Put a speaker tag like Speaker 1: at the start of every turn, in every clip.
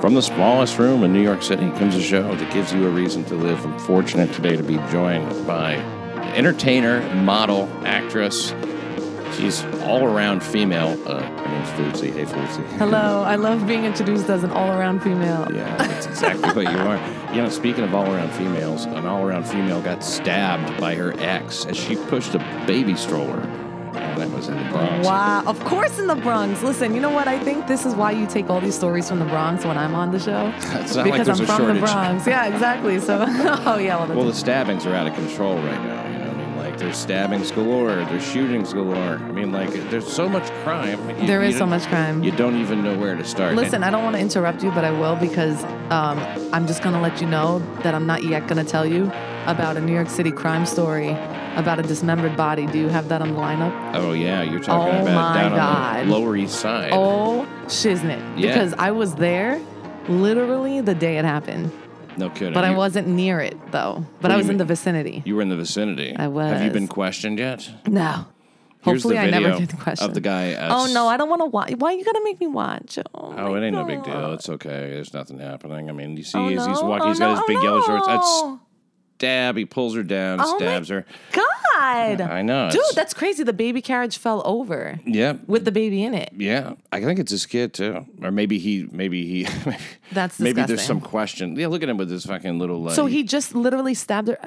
Speaker 1: From the smallest room in New York City comes a show that gives you a reason to live. I'm fortunate today to be joined by entertainer, model, actress. She's all around female. Uh, her name's Foodsie. Hey, Foodsie.
Speaker 2: Hello, I love being introduced as an all-around female.
Speaker 1: Yeah, that's exactly what you are. You know, speaking of all around females, an all around female got stabbed by her ex as she pushed a baby stroller. And that was in the Bronx.
Speaker 2: Wow, of course in the Bronx. Listen, you know what? I think this is why you take all these stories from the Bronx when I'm on the show.
Speaker 1: It's
Speaker 2: because
Speaker 1: not like
Speaker 2: I'm
Speaker 1: there's
Speaker 2: from
Speaker 1: a shortage.
Speaker 2: the Bronx. Yeah, exactly. So, oh yeah, well,
Speaker 1: Well, the stabbings are out of control right now. You know what I mean? Like, there's stabbings galore, there's shootings galore. I mean, like, there's so much crime. You-
Speaker 2: there is
Speaker 1: you
Speaker 2: so
Speaker 1: don't-
Speaker 2: much crime.
Speaker 1: You don't even know where to start.
Speaker 2: Listen, I don't want to interrupt you, but I will because um, I'm just going to let you know that I'm not yet going to tell you about a New York City crime story about a dismembered body. Do you have that on the lineup?
Speaker 1: And- oh, yeah, you're talking
Speaker 2: Oh,
Speaker 1: about
Speaker 2: my
Speaker 1: down
Speaker 2: God.
Speaker 1: on the Lower East Side.
Speaker 2: Oh, shiznit.
Speaker 1: Yeah.
Speaker 2: Because I was there literally the day it happened.
Speaker 1: no kidding.
Speaker 2: But I
Speaker 1: You-
Speaker 2: wasn't near it though.
Speaker 1: What
Speaker 2: But I
Speaker 1: do
Speaker 2: was
Speaker 1: you
Speaker 2: in the
Speaker 1: mean?
Speaker 2: vicinity.
Speaker 1: You were in the vicinity.
Speaker 2: I
Speaker 1: Have you
Speaker 2: was.
Speaker 1: been questioned yet?
Speaker 2: No.
Speaker 1: Here's
Speaker 2: Hopefully,
Speaker 1: the
Speaker 2: I never
Speaker 1: video
Speaker 2: get the question.
Speaker 1: of the guy. uh,
Speaker 2: oh no, I don't want to watch. Why you gotta make me watch? Oh,
Speaker 1: Oh,
Speaker 2: my
Speaker 1: it ain't no big deal.
Speaker 2: God.
Speaker 1: It's okay. There's nothing happening. I mean, you see,
Speaker 2: Oh,
Speaker 1: he's, he's
Speaker 2: no?
Speaker 1: walking.
Speaker 2: Oh,
Speaker 1: he's got
Speaker 2: no.
Speaker 1: his
Speaker 2: Oh,
Speaker 1: big yellow shorts. That's
Speaker 2: no.
Speaker 1: stab. He pulls her down,
Speaker 2: Oh, my-
Speaker 1: stabs her.
Speaker 2: God.
Speaker 1: I know.
Speaker 2: Dude,
Speaker 1: it's-
Speaker 2: that's crazy. The baby carriage fell over
Speaker 1: yeah,
Speaker 2: with the baby in it.
Speaker 1: yeah. I think it's his kid too, or maybe he, maybe he. Maybe,
Speaker 2: That's
Speaker 1: maybe there's some
Speaker 2: disgusting.
Speaker 1: question. Yeah, look at him with his fucking little. Uh,
Speaker 2: So he just literally stabbed her.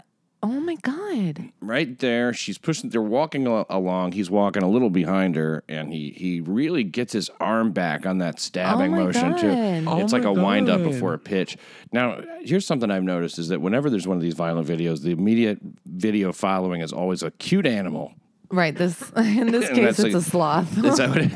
Speaker 2: Oh my God.
Speaker 1: right there. She's pushing. They're walking al- along. He's walking a little behind her, and he he really gets his arm back on that stabbing
Speaker 2: Oh my
Speaker 1: motion too.
Speaker 2: God.
Speaker 1: it's
Speaker 3: Oh
Speaker 1: like a
Speaker 3: my
Speaker 1: wind up
Speaker 3: God.
Speaker 1: before a pitch. Now, here's something I've noticed is that whenever there's one of these violent videos, the immediate video following is always a cute animal.
Speaker 2: Right. This in this
Speaker 1: And
Speaker 2: case,
Speaker 1: that's
Speaker 2: it's
Speaker 1: a-
Speaker 2: a sloth.
Speaker 1: Is that what it-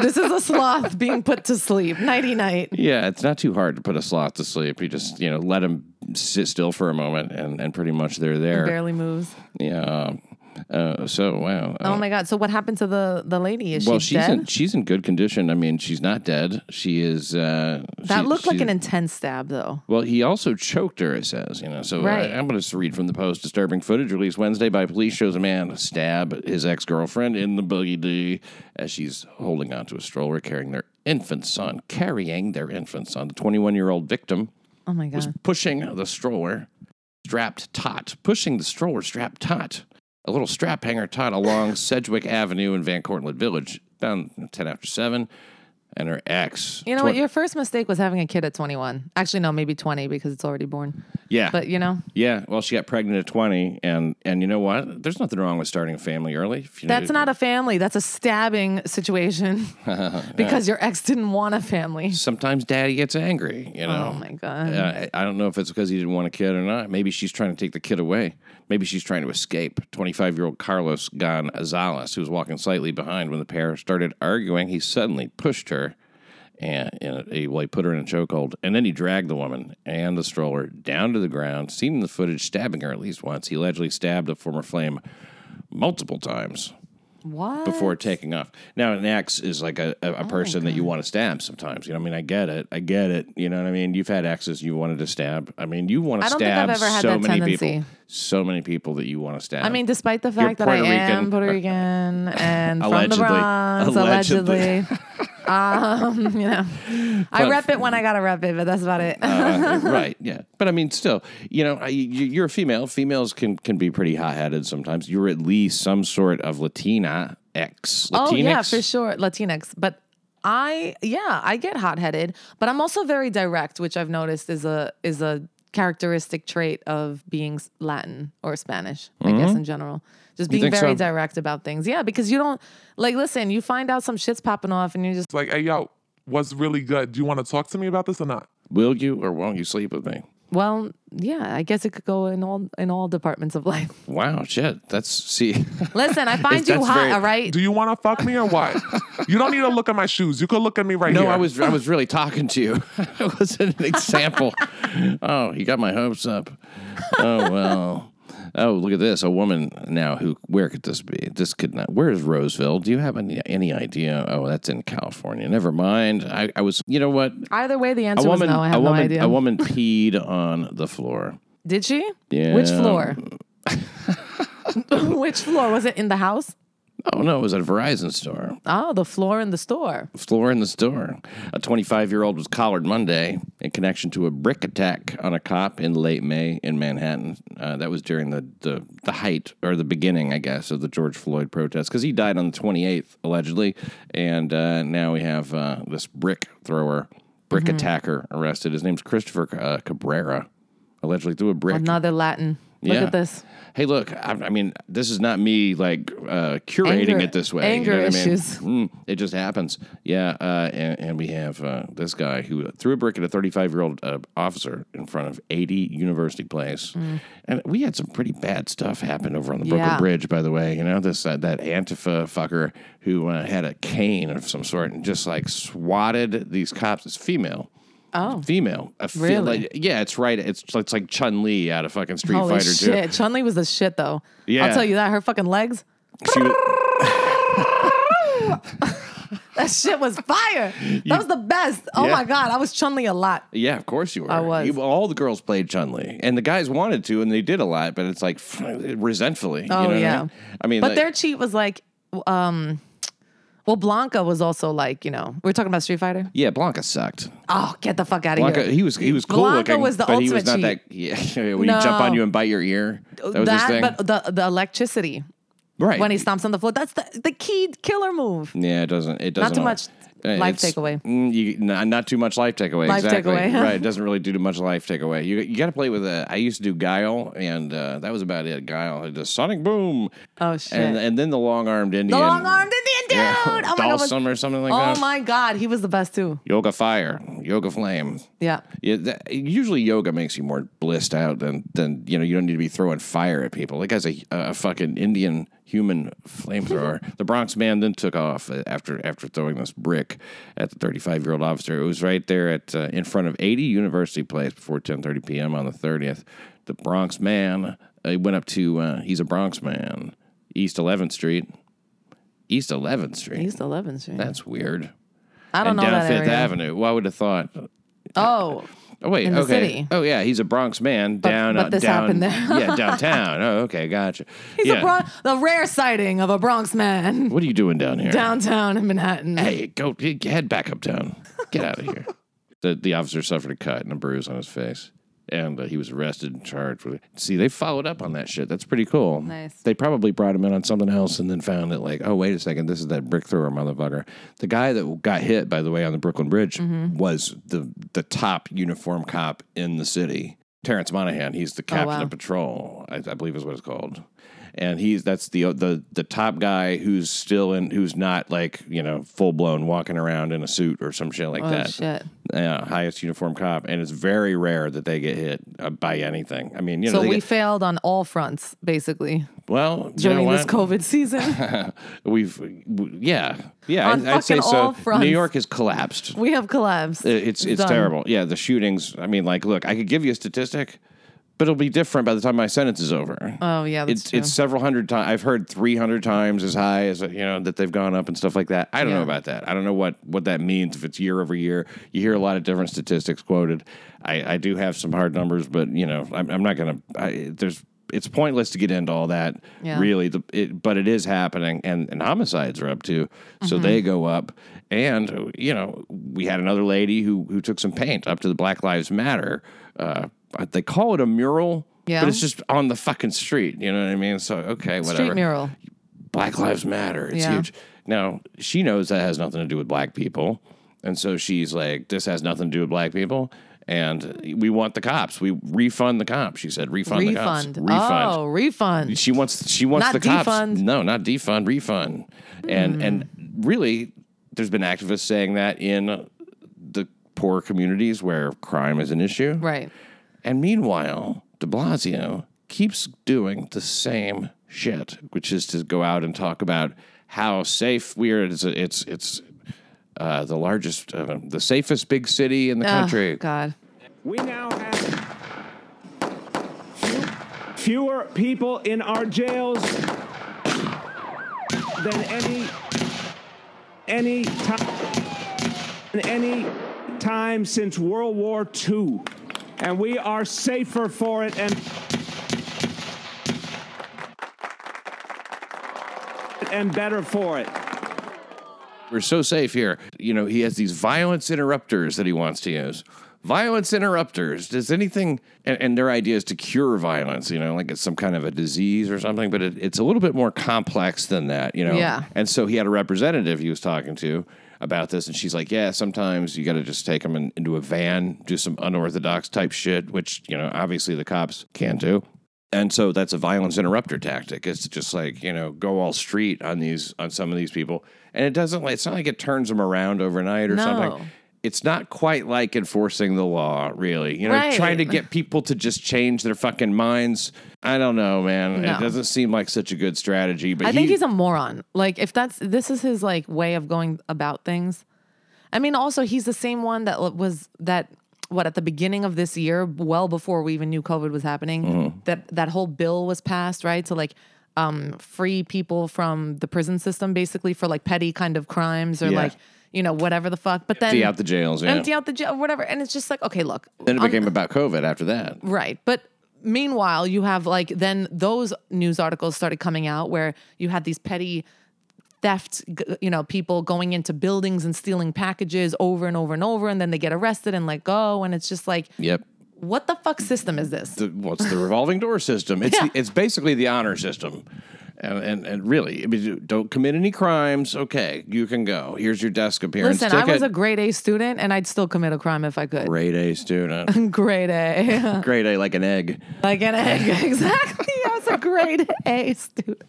Speaker 2: this is a sloth being put to sleep. Nighty night.
Speaker 1: yeah, it's not too hard to put a sloth to sleep. You just you know let him sit still for a moment, and and pretty much they're there.
Speaker 2: Barely moves.
Speaker 1: Yeah. um, Uh, so wow.
Speaker 2: Oh my God. So what happened to the the lady? Oh, Is
Speaker 1: Well,
Speaker 2: she
Speaker 1: she's
Speaker 2: dead?
Speaker 1: in she's in good condition. I mean, she's not dead. She is. Uh,
Speaker 2: that
Speaker 1: she-
Speaker 2: looked like
Speaker 1: she-
Speaker 2: an intense stab, though.
Speaker 1: Well, he also choked her. It says, you know. So uh,
Speaker 2: Right.
Speaker 1: I, am going to read from the post. Disturbing footage released Wednesday by police shows a man stab his ex girlfriend in the boogie D as she's holding onto a stroller carrying their infant son, carrying their infant son. The 21 year old victim
Speaker 2: Oh my God.
Speaker 1: was pushing the stroller strapped taut, pushing the stroller strapped taut, a little strap hanger taut along Sedgwick Avenue in Van Cortlandt Village, down 10 after 7, and her ex.
Speaker 2: You know
Speaker 1: twen-
Speaker 2: what? Your first mistake was having a kid at 21. Actually, no, maybe 20 because it's already born.
Speaker 1: yeah.
Speaker 2: But you know,
Speaker 1: yeah. Well, she got pregnant at 20, and, and you know what? There's nothing wrong with starting a family early. If you
Speaker 2: that's not a family. That's a stabbing situation because your ex didn't want a family.
Speaker 1: Sometimes daddy gets angry, you know.
Speaker 2: Oh my God.
Speaker 1: Uh, I I don't know if it's because he didn't want a kid or not. Maybe she's trying to take the kid away. Maybe she's trying to escape. 25 year old Carlos Gonzalez, who was walking slightly behind when the pair started arguing, he suddenly pushed her and, and he, well, he put her in a chokehold. And then he dragged the woman and the stroller down to the ground, seen in the footage, stabbing her at least once. He allegedly stabbed a former flame multiple times
Speaker 2: What?
Speaker 1: before taking off. Now, an ex is like a,
Speaker 2: Oh
Speaker 1: a, a person that you want to stab sometimes. You know, I mean, I get it. I get it. You know what I mean? You've had exes you wanted to stab. I mean, you want to
Speaker 2: I don't think I've
Speaker 1: stab
Speaker 2: ever had
Speaker 1: so
Speaker 2: that
Speaker 1: many people.
Speaker 2: tendency.
Speaker 1: So many people that you want to stab.
Speaker 2: I mean, despite the
Speaker 1: You're
Speaker 2: fact that I
Speaker 1: Puerto Rican.
Speaker 2: am Puerto Rican and from the
Speaker 1: Allegedly.
Speaker 2: Bronx,
Speaker 1: Allegedly.
Speaker 2: allegedly, um, you know, I rep it when I gotta rep it, but that's about it.
Speaker 1: Uh, right, yeah, but I mean, still, you know, I, you, you're a female. Females can can be pretty hot headed sometimes. You're at least some sort of Latina ex. Latinx.
Speaker 2: Oh yeah, for sure, Latinx. But I, yeah, I get hot headed, but I'm also very direct, which I've noticed is a is a characteristic trait of being s- Latin or Spanish, I guess in general. Just being
Speaker 1: Mm-hmm. think
Speaker 2: very
Speaker 1: so?
Speaker 2: direct about things. Yeah, because you don't like listen. You find out some shit's popping off, and you're just
Speaker 3: It's like, hey, yo, what's really good? Do you want to talk to me about this or not?
Speaker 1: Will you or won't you sleep with me?
Speaker 2: well, yeah. I guess it could go in all in all departments of life.
Speaker 1: Wow, shit. That's see.
Speaker 2: Listen, I find you
Speaker 1: That's
Speaker 2: hot,
Speaker 1: very-
Speaker 2: all right.
Speaker 3: Do you want to fuck me or what? you don't need to look at my shoes. You could look at me right
Speaker 1: No,
Speaker 3: here.
Speaker 1: I was I was really talking to you. it was an example. oh, you got my hopes up. Oh well. Oh, look at this. A woman now who where could this be? This could not where is Roseville? Do you have any any idea? Oh, that's in California. Never mind. I, I was you know what?
Speaker 2: Either way, the
Speaker 1: A
Speaker 2: answer
Speaker 1: woman
Speaker 2: was no. I have
Speaker 1: a woman
Speaker 2: no idea.
Speaker 1: a woman peed on the floor.
Speaker 2: Did she?
Speaker 1: Yeah.
Speaker 2: Which floor? Which floor was it? In the house?
Speaker 1: Oh no, it was at a Verizon store.
Speaker 2: Oh, the floor in the store.
Speaker 1: Floor in the store. A 25 year old was collared Monday in connection to a brick attack on a cop in late May in Manhattan. Uh, that was during the, the, the height or the beginning, I guess, of the George Floyd protests because he died on the 28th, allegedly. And uh, now we have uh, this brick thrower, brick attacker arrested. His name's Christopher uh, Cabrera. Allegedly threw a brick.
Speaker 2: Another Latin. Look
Speaker 1: Yeah.
Speaker 2: at this.
Speaker 1: Hey, look, I, I mean, this is not me like uh, curating
Speaker 2: Anger-
Speaker 1: it this way.
Speaker 2: anger
Speaker 1: what I mean?
Speaker 2: issues.
Speaker 1: Mm, it just happens. Yeah. Uh, and, and we have uh, this guy who threw a brick at a 35 year old uh, officer in front of 80 University Place. And we had some pretty bad stuff happen over on the Brooklyn
Speaker 2: Mm. Yeah.
Speaker 1: Bridge, by the way. You know, this uh, that Antifa fucker who uh, had a cane of some sort and just like swatted these cops. It's female.
Speaker 2: Oh.
Speaker 1: Female, a fe-
Speaker 2: Really?
Speaker 1: like- yeah, it's right. It's it's like Chun Li out of fucking Street
Speaker 2: Holy
Speaker 1: Fighter Two.
Speaker 2: shit. Chun Li was the shit though.
Speaker 1: Yeah.
Speaker 2: I'll tell you that. Her fucking legs.
Speaker 1: She was,
Speaker 2: That shit was fire. that was the best. Oh
Speaker 1: Yeah.
Speaker 2: my God. I was Chun Li a lot.
Speaker 1: yeah, of course you were.
Speaker 2: I was.
Speaker 1: You- all the girls played Chun Li, and the guys wanted to, and they did a lot, but it's like f- resentfully.
Speaker 2: Oh
Speaker 1: you know what
Speaker 2: yeah.
Speaker 1: I mean, I mean
Speaker 2: but
Speaker 1: like,
Speaker 2: their cheat was like, um, well, Blanca was also like, you know, we're talking about Street Fighter.
Speaker 1: yeah, Blanca sucked.
Speaker 2: Oh, get the fuck out of
Speaker 1: Blanca,
Speaker 2: here.
Speaker 1: he was he was cool
Speaker 2: Blanca
Speaker 1: looking,
Speaker 2: was the
Speaker 1: but he was not
Speaker 2: ultimate
Speaker 1: that. Yeah, when you jump
Speaker 2: No.
Speaker 1: on you and bite your ear, that was his thing,
Speaker 2: but the the electricity
Speaker 1: right?
Speaker 2: when he stomps on the floor. That's the, the key killer move.
Speaker 1: yeah, it doesn't. It
Speaker 2: Not
Speaker 1: doesn't.
Speaker 2: too
Speaker 1: al-
Speaker 2: much
Speaker 1: Uh,
Speaker 2: life
Speaker 1: it's-
Speaker 2: takeaway.
Speaker 1: Mm, you, not, not too much life takeaway.
Speaker 2: Life
Speaker 1: exactly.
Speaker 2: takeaway.
Speaker 1: right. It doesn't really do much life takeaway. You you got to play with. Uh, I used to do Guile, and uh, that was about it. Guile, the Sonic Boom.
Speaker 2: Oh shit.
Speaker 1: and and then the long armed Indian,
Speaker 2: the long armed Indian dude.
Speaker 1: yeah,
Speaker 2: Oh my god. was-
Speaker 1: Dalsum or something like
Speaker 2: oh
Speaker 1: that.
Speaker 2: my god, he was the best too.
Speaker 1: Yoga fire, yoga flame.
Speaker 2: Yeah.
Speaker 1: Yeah, that, usually yoga makes you more blissed out than than you know. You don't need to be throwing fire at people. That guy's a, a fucking Indian human flamethrower. the Bronx man then took off uh, after after throwing this brick at the 35 year old officer. It was right there at uh, in front of 80 University Place before 10:30 p.m. on the 30th. The Bronx man uh, he went up to uh, he's a Bronx man, East 11th Street, East 11th Street.
Speaker 2: He's 11th Street.
Speaker 1: That's weird.
Speaker 2: I don't
Speaker 1: and
Speaker 2: know
Speaker 1: down
Speaker 2: that
Speaker 1: Fifth
Speaker 2: area.
Speaker 1: Avenue. Well, I would have thought
Speaker 2: Oh,
Speaker 1: Oh wait,
Speaker 2: in the
Speaker 1: okay.
Speaker 2: city.
Speaker 1: Oh yeah, he's a Bronx man down.
Speaker 2: but
Speaker 1: uh,
Speaker 2: this
Speaker 1: down,
Speaker 2: happened there.
Speaker 1: yeah, downtown. Oh okay, gotcha.
Speaker 2: he's
Speaker 1: yeah.
Speaker 2: a Bron- the rare sighting of a Bronx man
Speaker 1: What are you doing down here?
Speaker 2: downtown in Manhattan.
Speaker 1: Hey, go get- head back uptown. Get out of here. the the officer suffered a cut and a bruise on his face, and uh, he was arrested and charged with. See, they followed up on that shit. That's pretty cool.
Speaker 2: Nice.
Speaker 1: They probably brought him in on something else and then found that like, oh wait a second, this is that brick thrower motherfucker. The guy that got hit, by the way, on the Brooklyn Bridge was the the top uniform cop in the city. Terrence Monahan, he's the captain
Speaker 2: Oh, wow.
Speaker 1: of patrol, I, I believe is what it's called, and he's that's the the the top guy who's still in who's not like you know full blown walking around in a suit or some shit like
Speaker 2: Oh,
Speaker 1: that.
Speaker 2: shit.
Speaker 1: Yeah, highest uniform cop, and it's very rare that they get hit uh, by anything. I mean, you know,
Speaker 2: So
Speaker 1: they
Speaker 2: we
Speaker 1: get-
Speaker 2: failed on all fronts, basically,
Speaker 1: well you know
Speaker 2: during this
Speaker 1: what?
Speaker 2: COVID season.
Speaker 1: We've, w- yeah, yeah.
Speaker 2: On
Speaker 1: I- I'd say
Speaker 2: fucking
Speaker 1: so.
Speaker 2: all fronts.
Speaker 1: New York has collapsed.
Speaker 2: we have collabs.
Speaker 1: I- It's it's
Speaker 2: Done.
Speaker 1: terrible. Yeah, the shootings. I mean, like, look, I could give you a statistic, but it'll be different by the time my sentence is over.
Speaker 2: Oh yeah, that's
Speaker 1: it's
Speaker 2: true.
Speaker 1: it's several hundred times. I've heard three hundred times as high as you know that they've gone up and stuff like that. I don't know
Speaker 2: Yeah.
Speaker 1: about that. I don't know what what that means if it's year over year. You hear a lot of different statistics quoted. I I do have some hard numbers, but you know I'm, I'm not gonna. I, there's it's pointless to get into all that.
Speaker 2: Yeah.
Speaker 1: Really, the it, but it is happening, and and homicides are up too,
Speaker 2: Mm-hmm.
Speaker 1: so they go up. And you know we had another lady who who took some paint up to the Black Lives Matter. Uh, they call it a mural.
Speaker 2: Yeah.
Speaker 1: But it's just on the fucking street. You know what I mean? So, okay, whatever.
Speaker 2: Street mural.
Speaker 1: Black Lives Matter. It's
Speaker 2: Yeah.
Speaker 1: huge. Now, she knows that has nothing to do with black people. And so she's like, this has nothing to do with black people. And we want the cops. We refund the cops. She said, refund,
Speaker 2: Refund.
Speaker 1: the cops. Refund.
Speaker 2: Oh, refund.
Speaker 1: She wants she wants
Speaker 2: Not
Speaker 1: the cops.
Speaker 2: defund. Hmm.
Speaker 1: No, not defund, refund. And and really there's been activists saying that in the poor communities where crime is an issue.
Speaker 2: Right.
Speaker 1: And meanwhile, de Blasio keeps doing the same shit, which is to go out and talk about how safe we are. It's, it's, it's uh, the largest, uh, the safest big city in the
Speaker 2: Oh,
Speaker 1: country.
Speaker 2: God.
Speaker 4: We now have few- fewer people in our jails than any any time any time since World War II, and we are safer for it. And and better for it.
Speaker 1: We're so safe here. You know, he has these violence interrupters that he wants to use. Violence interrupters. Does anything, and, and their idea is to cure violence, you know, like it's some kind of a disease or something, but it, it's a little bit more complex than that, you know?
Speaker 2: Yeah.
Speaker 1: And so he had a representative he was talking to about this, and she's like, Yeah, sometimes you got to just take them in, into a van, do some unorthodox type shit, which, you know, obviously the cops can do. And so that's a violence interrupter tactic. It's to just like, you know, go all street on these, on some of these people. And it doesn't, like, it's not like it turns them around overnight or
Speaker 2: No.
Speaker 1: something. It's not quite like enforcing the law, really. You know,
Speaker 2: Right.
Speaker 1: trying to get people to just change their fucking minds. I don't know, man. It
Speaker 2: No.
Speaker 1: doesn't seem like such a good strategy. But
Speaker 2: I
Speaker 1: he,
Speaker 2: think he's a moron. Like if that's this is his like way of going about things. I mean, also he's the same one that l- was that what at the beginning of this year, well before we even knew COVID was happening,
Speaker 1: Mm-hmm.
Speaker 2: that that whole bill was passed, right? To like um, free people from the prison system, basically for like petty kind of crimes or
Speaker 1: Yeah.
Speaker 2: like you know whatever the fuck. But then
Speaker 1: empty out the jails. Yeah.
Speaker 2: empty out the jail, whatever. And it's just like okay, look,
Speaker 1: then it became about COVID after that.
Speaker 2: Right. But meanwhile, you have like then those news articles started coming out where you had these petty theft, g- you know, people going into buildings and stealing packages over and over and over, and then they get arrested and let go. And it's just like,
Speaker 1: Yep.
Speaker 2: what the fuck system is this?
Speaker 1: the, what's the revolving door system? It's
Speaker 2: Yeah.
Speaker 1: the, it's basically the honor system, and and, and really, I mean, don't commit any crimes. Okay, you can go. Here's your desk appearance.
Speaker 2: Listen, I was a
Speaker 1: ticket.
Speaker 2: grade A student and I'd still commit a crime if I could.
Speaker 1: grade A student,
Speaker 2: Grade A.
Speaker 1: grade A like an egg.
Speaker 2: like an egg. Exactly. I was a grade A student.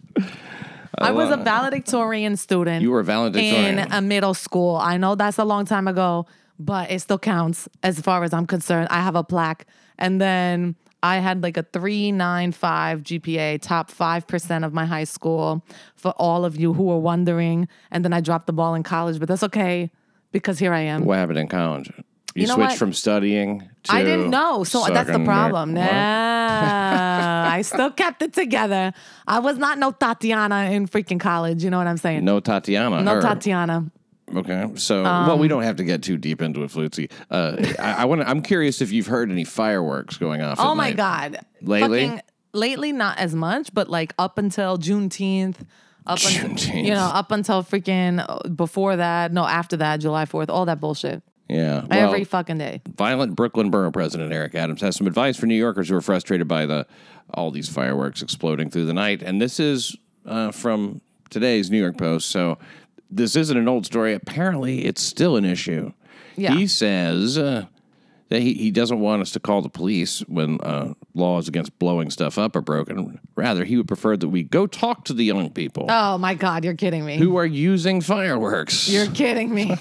Speaker 2: I was a valedictorian student.
Speaker 1: You were a valedictorian.
Speaker 2: in a middle school. I know that's a long time ago, but it still counts as far as I'm concerned. I have a plaque. And then I had like a 395 GPA, top 5% of my high school for all of you who were wondering. And then I dropped the ball in college, but that's okay because here I am.
Speaker 1: what happened in college? You,
Speaker 2: know
Speaker 1: switched
Speaker 2: what?
Speaker 1: from studying to
Speaker 2: I didn't know. So that's the
Speaker 1: sucking
Speaker 2: problem.
Speaker 1: dick.
Speaker 2: Nah, I still kept it together. I was not no Tatiana in freaking college. You know what I'm saying?
Speaker 1: No Tatiana.
Speaker 2: no Um,
Speaker 1: her.
Speaker 2: Tatiana.
Speaker 1: Okay, so well, we don't have to get too deep into it, Flutzy. Uh, I, I want. I'm curious if you've heard any fireworks going off.
Speaker 2: Oh
Speaker 1: at
Speaker 2: my
Speaker 1: night.
Speaker 2: god!
Speaker 1: Lately?
Speaker 2: lately, not as much, but like up until Juneteenth, up
Speaker 1: Juneteenth.
Speaker 2: until you know, up until freaking uh, before that, no, after that, July Fourth, all that bullshit,
Speaker 1: Yeah. Well,
Speaker 2: every fucking day.
Speaker 1: violent Brooklyn Borough President Eric Adams has some advice for New Yorkers who are frustrated by the all these fireworks exploding through the night. And this is uh, from today's New York Post. So this isn't an old story. Apparently, it's still an issue.
Speaker 2: Yeah.
Speaker 1: He says uh, that he, he doesn't want us to call the police when uh, laws against blowing stuff up are broken. Rather, he would prefer that we go talk to the young people
Speaker 2: Oh my god, you're kidding me.
Speaker 1: who are using fireworks.
Speaker 2: you're kidding me.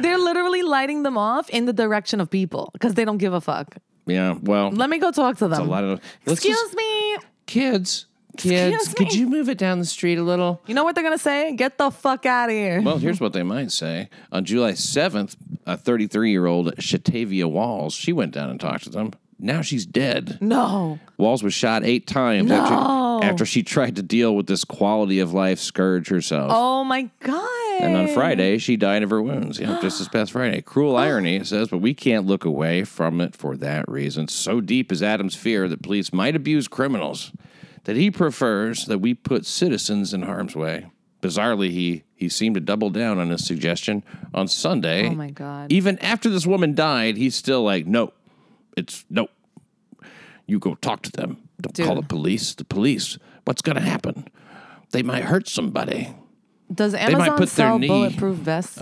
Speaker 2: They're literally lighting them off in the direction of people because they don't give a fuck.
Speaker 1: yeah. Well,
Speaker 2: Let me go talk to them.
Speaker 1: a lot of let's
Speaker 2: Excuse
Speaker 1: just-
Speaker 2: me.
Speaker 1: kids, kids,
Speaker 2: Excuse
Speaker 1: could
Speaker 2: me.
Speaker 1: you move it down the street a little?
Speaker 2: You know what they're gonna say? Get the fuck out of here.
Speaker 1: Well, here's what they might say. On July 7th, a 33 year old Shatavia Walls, she went down and talked to them. Now she's dead.
Speaker 2: no.
Speaker 1: Walls was shot eight times
Speaker 2: No.
Speaker 1: after, after she tried to deal with this quality of life scourge herself.
Speaker 2: Oh my god.
Speaker 1: And on Friday, she died of her wounds. Yeah, just this past Friday.
Speaker 2: Oh.
Speaker 1: Cruel irony, it says, but we can't look away from it for that reason. So deep is Adam's fear that police might abuse criminals that he prefers that we put citizens in harm's way. Bizarrely, he, he seemed to double down on his suggestion on Sunday.
Speaker 2: Oh my God.
Speaker 1: Even after this woman died, he's still like, no, it's no. You go talk to them. Don't call
Speaker 2: Dude.
Speaker 1: the police. The police. What's going to happen? They might hurt somebody.
Speaker 2: Does
Speaker 1: might
Speaker 2: Amazon
Speaker 1: put their
Speaker 2: sell
Speaker 1: knee- Oh,
Speaker 2: bulletproof vests?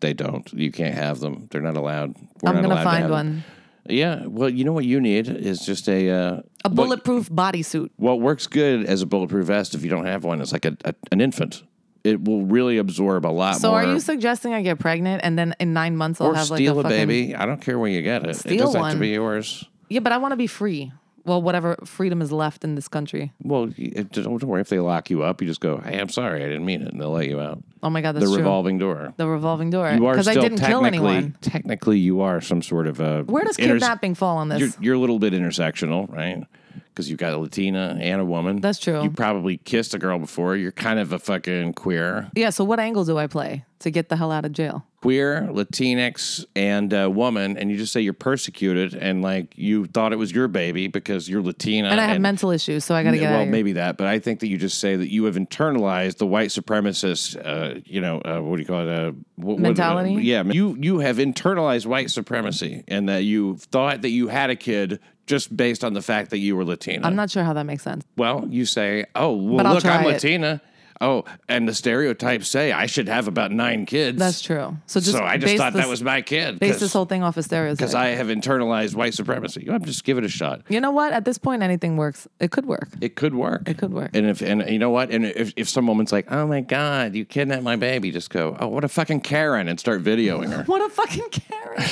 Speaker 1: They don't. You can't have them. They're not allowed. We're
Speaker 2: I'm
Speaker 1: not
Speaker 2: gonna
Speaker 1: allowed
Speaker 2: find
Speaker 1: have them.
Speaker 2: one.
Speaker 1: Yeah. Well, you know what you need is just a uh,
Speaker 2: A bulletproof bodysuit.
Speaker 1: What, what works good as a bulletproof vest if you don't have one is like a, a an infant. It will really absorb a lot
Speaker 2: So
Speaker 1: more.
Speaker 2: are you suggesting I get pregnant and then in nine months I'll
Speaker 1: or
Speaker 2: have like
Speaker 1: steal
Speaker 2: a,
Speaker 1: a,
Speaker 2: fucking,
Speaker 1: baby? I don't care where you get it. it
Speaker 2: Steal
Speaker 1: doesn't have to
Speaker 2: one.
Speaker 1: be yours.
Speaker 2: Yeah, but I want to be free. Well, whatever freedom is left in this country.
Speaker 1: Well, you- it- don't worry if they lock you up. You just go, "Hey, I'm sorry, I didn't mean it," and they'll let you out.
Speaker 2: Oh my God,
Speaker 1: The
Speaker 2: that's true.
Speaker 1: revolving door.
Speaker 2: the revolving door.
Speaker 1: you are
Speaker 2: Because I
Speaker 1: still
Speaker 2: didn't kill
Speaker 1: technically,
Speaker 2: anyone.
Speaker 1: technically, you are some sort of uh, a.
Speaker 2: Where does
Speaker 1: inters-
Speaker 2: kidnapping fall on this?
Speaker 1: you're, you're a little bit intersectional, right? Because you've got a Latina and a woman.
Speaker 2: That's true.
Speaker 1: You probably kissed a girl before. You're kind of a fucking queer.
Speaker 2: yeah. So what angle do I play? to get the hell out of jail.
Speaker 1: queer, Latinx, and uh, woman, and you just say you're persecuted, and like you thought it was your baby because you're Latina.
Speaker 2: And I have mental issues, so I got to get
Speaker 1: well,
Speaker 2: out of here.
Speaker 1: maybe that, but I think that you just say that you have internalized the white supremacist, uh, you know, uh, what do you call it? Uh, wh- what-
Speaker 2: Mentality?
Speaker 1: yeah, you you have internalized white supremacy, and that you thought that you had a kid just based on the fact that you were Latina.
Speaker 2: I'm not sure how that makes sense.
Speaker 1: Well, you say, oh,
Speaker 2: But
Speaker 1: well,
Speaker 2: I'll
Speaker 1: look, I'm
Speaker 2: try it.
Speaker 1: Latina. Oh, and the stereotypes say I should have about nine kids.
Speaker 2: That's true. So just
Speaker 1: so I just
Speaker 2: base
Speaker 1: thought that
Speaker 2: this-
Speaker 1: was my kid.
Speaker 2: base this whole thing off of stereotypes.
Speaker 1: because I have internalized white supremacy. I'm just give it a shot.
Speaker 2: you know what? At this point, anything works. It could work.
Speaker 1: It could work. It
Speaker 2: could work.
Speaker 1: And if and you know what? And if, if some woman's like, "Oh my god, you kidnapped my baby," just go, "Oh, what a fucking Karen," and start videoing her.
Speaker 2: What a fucking Karen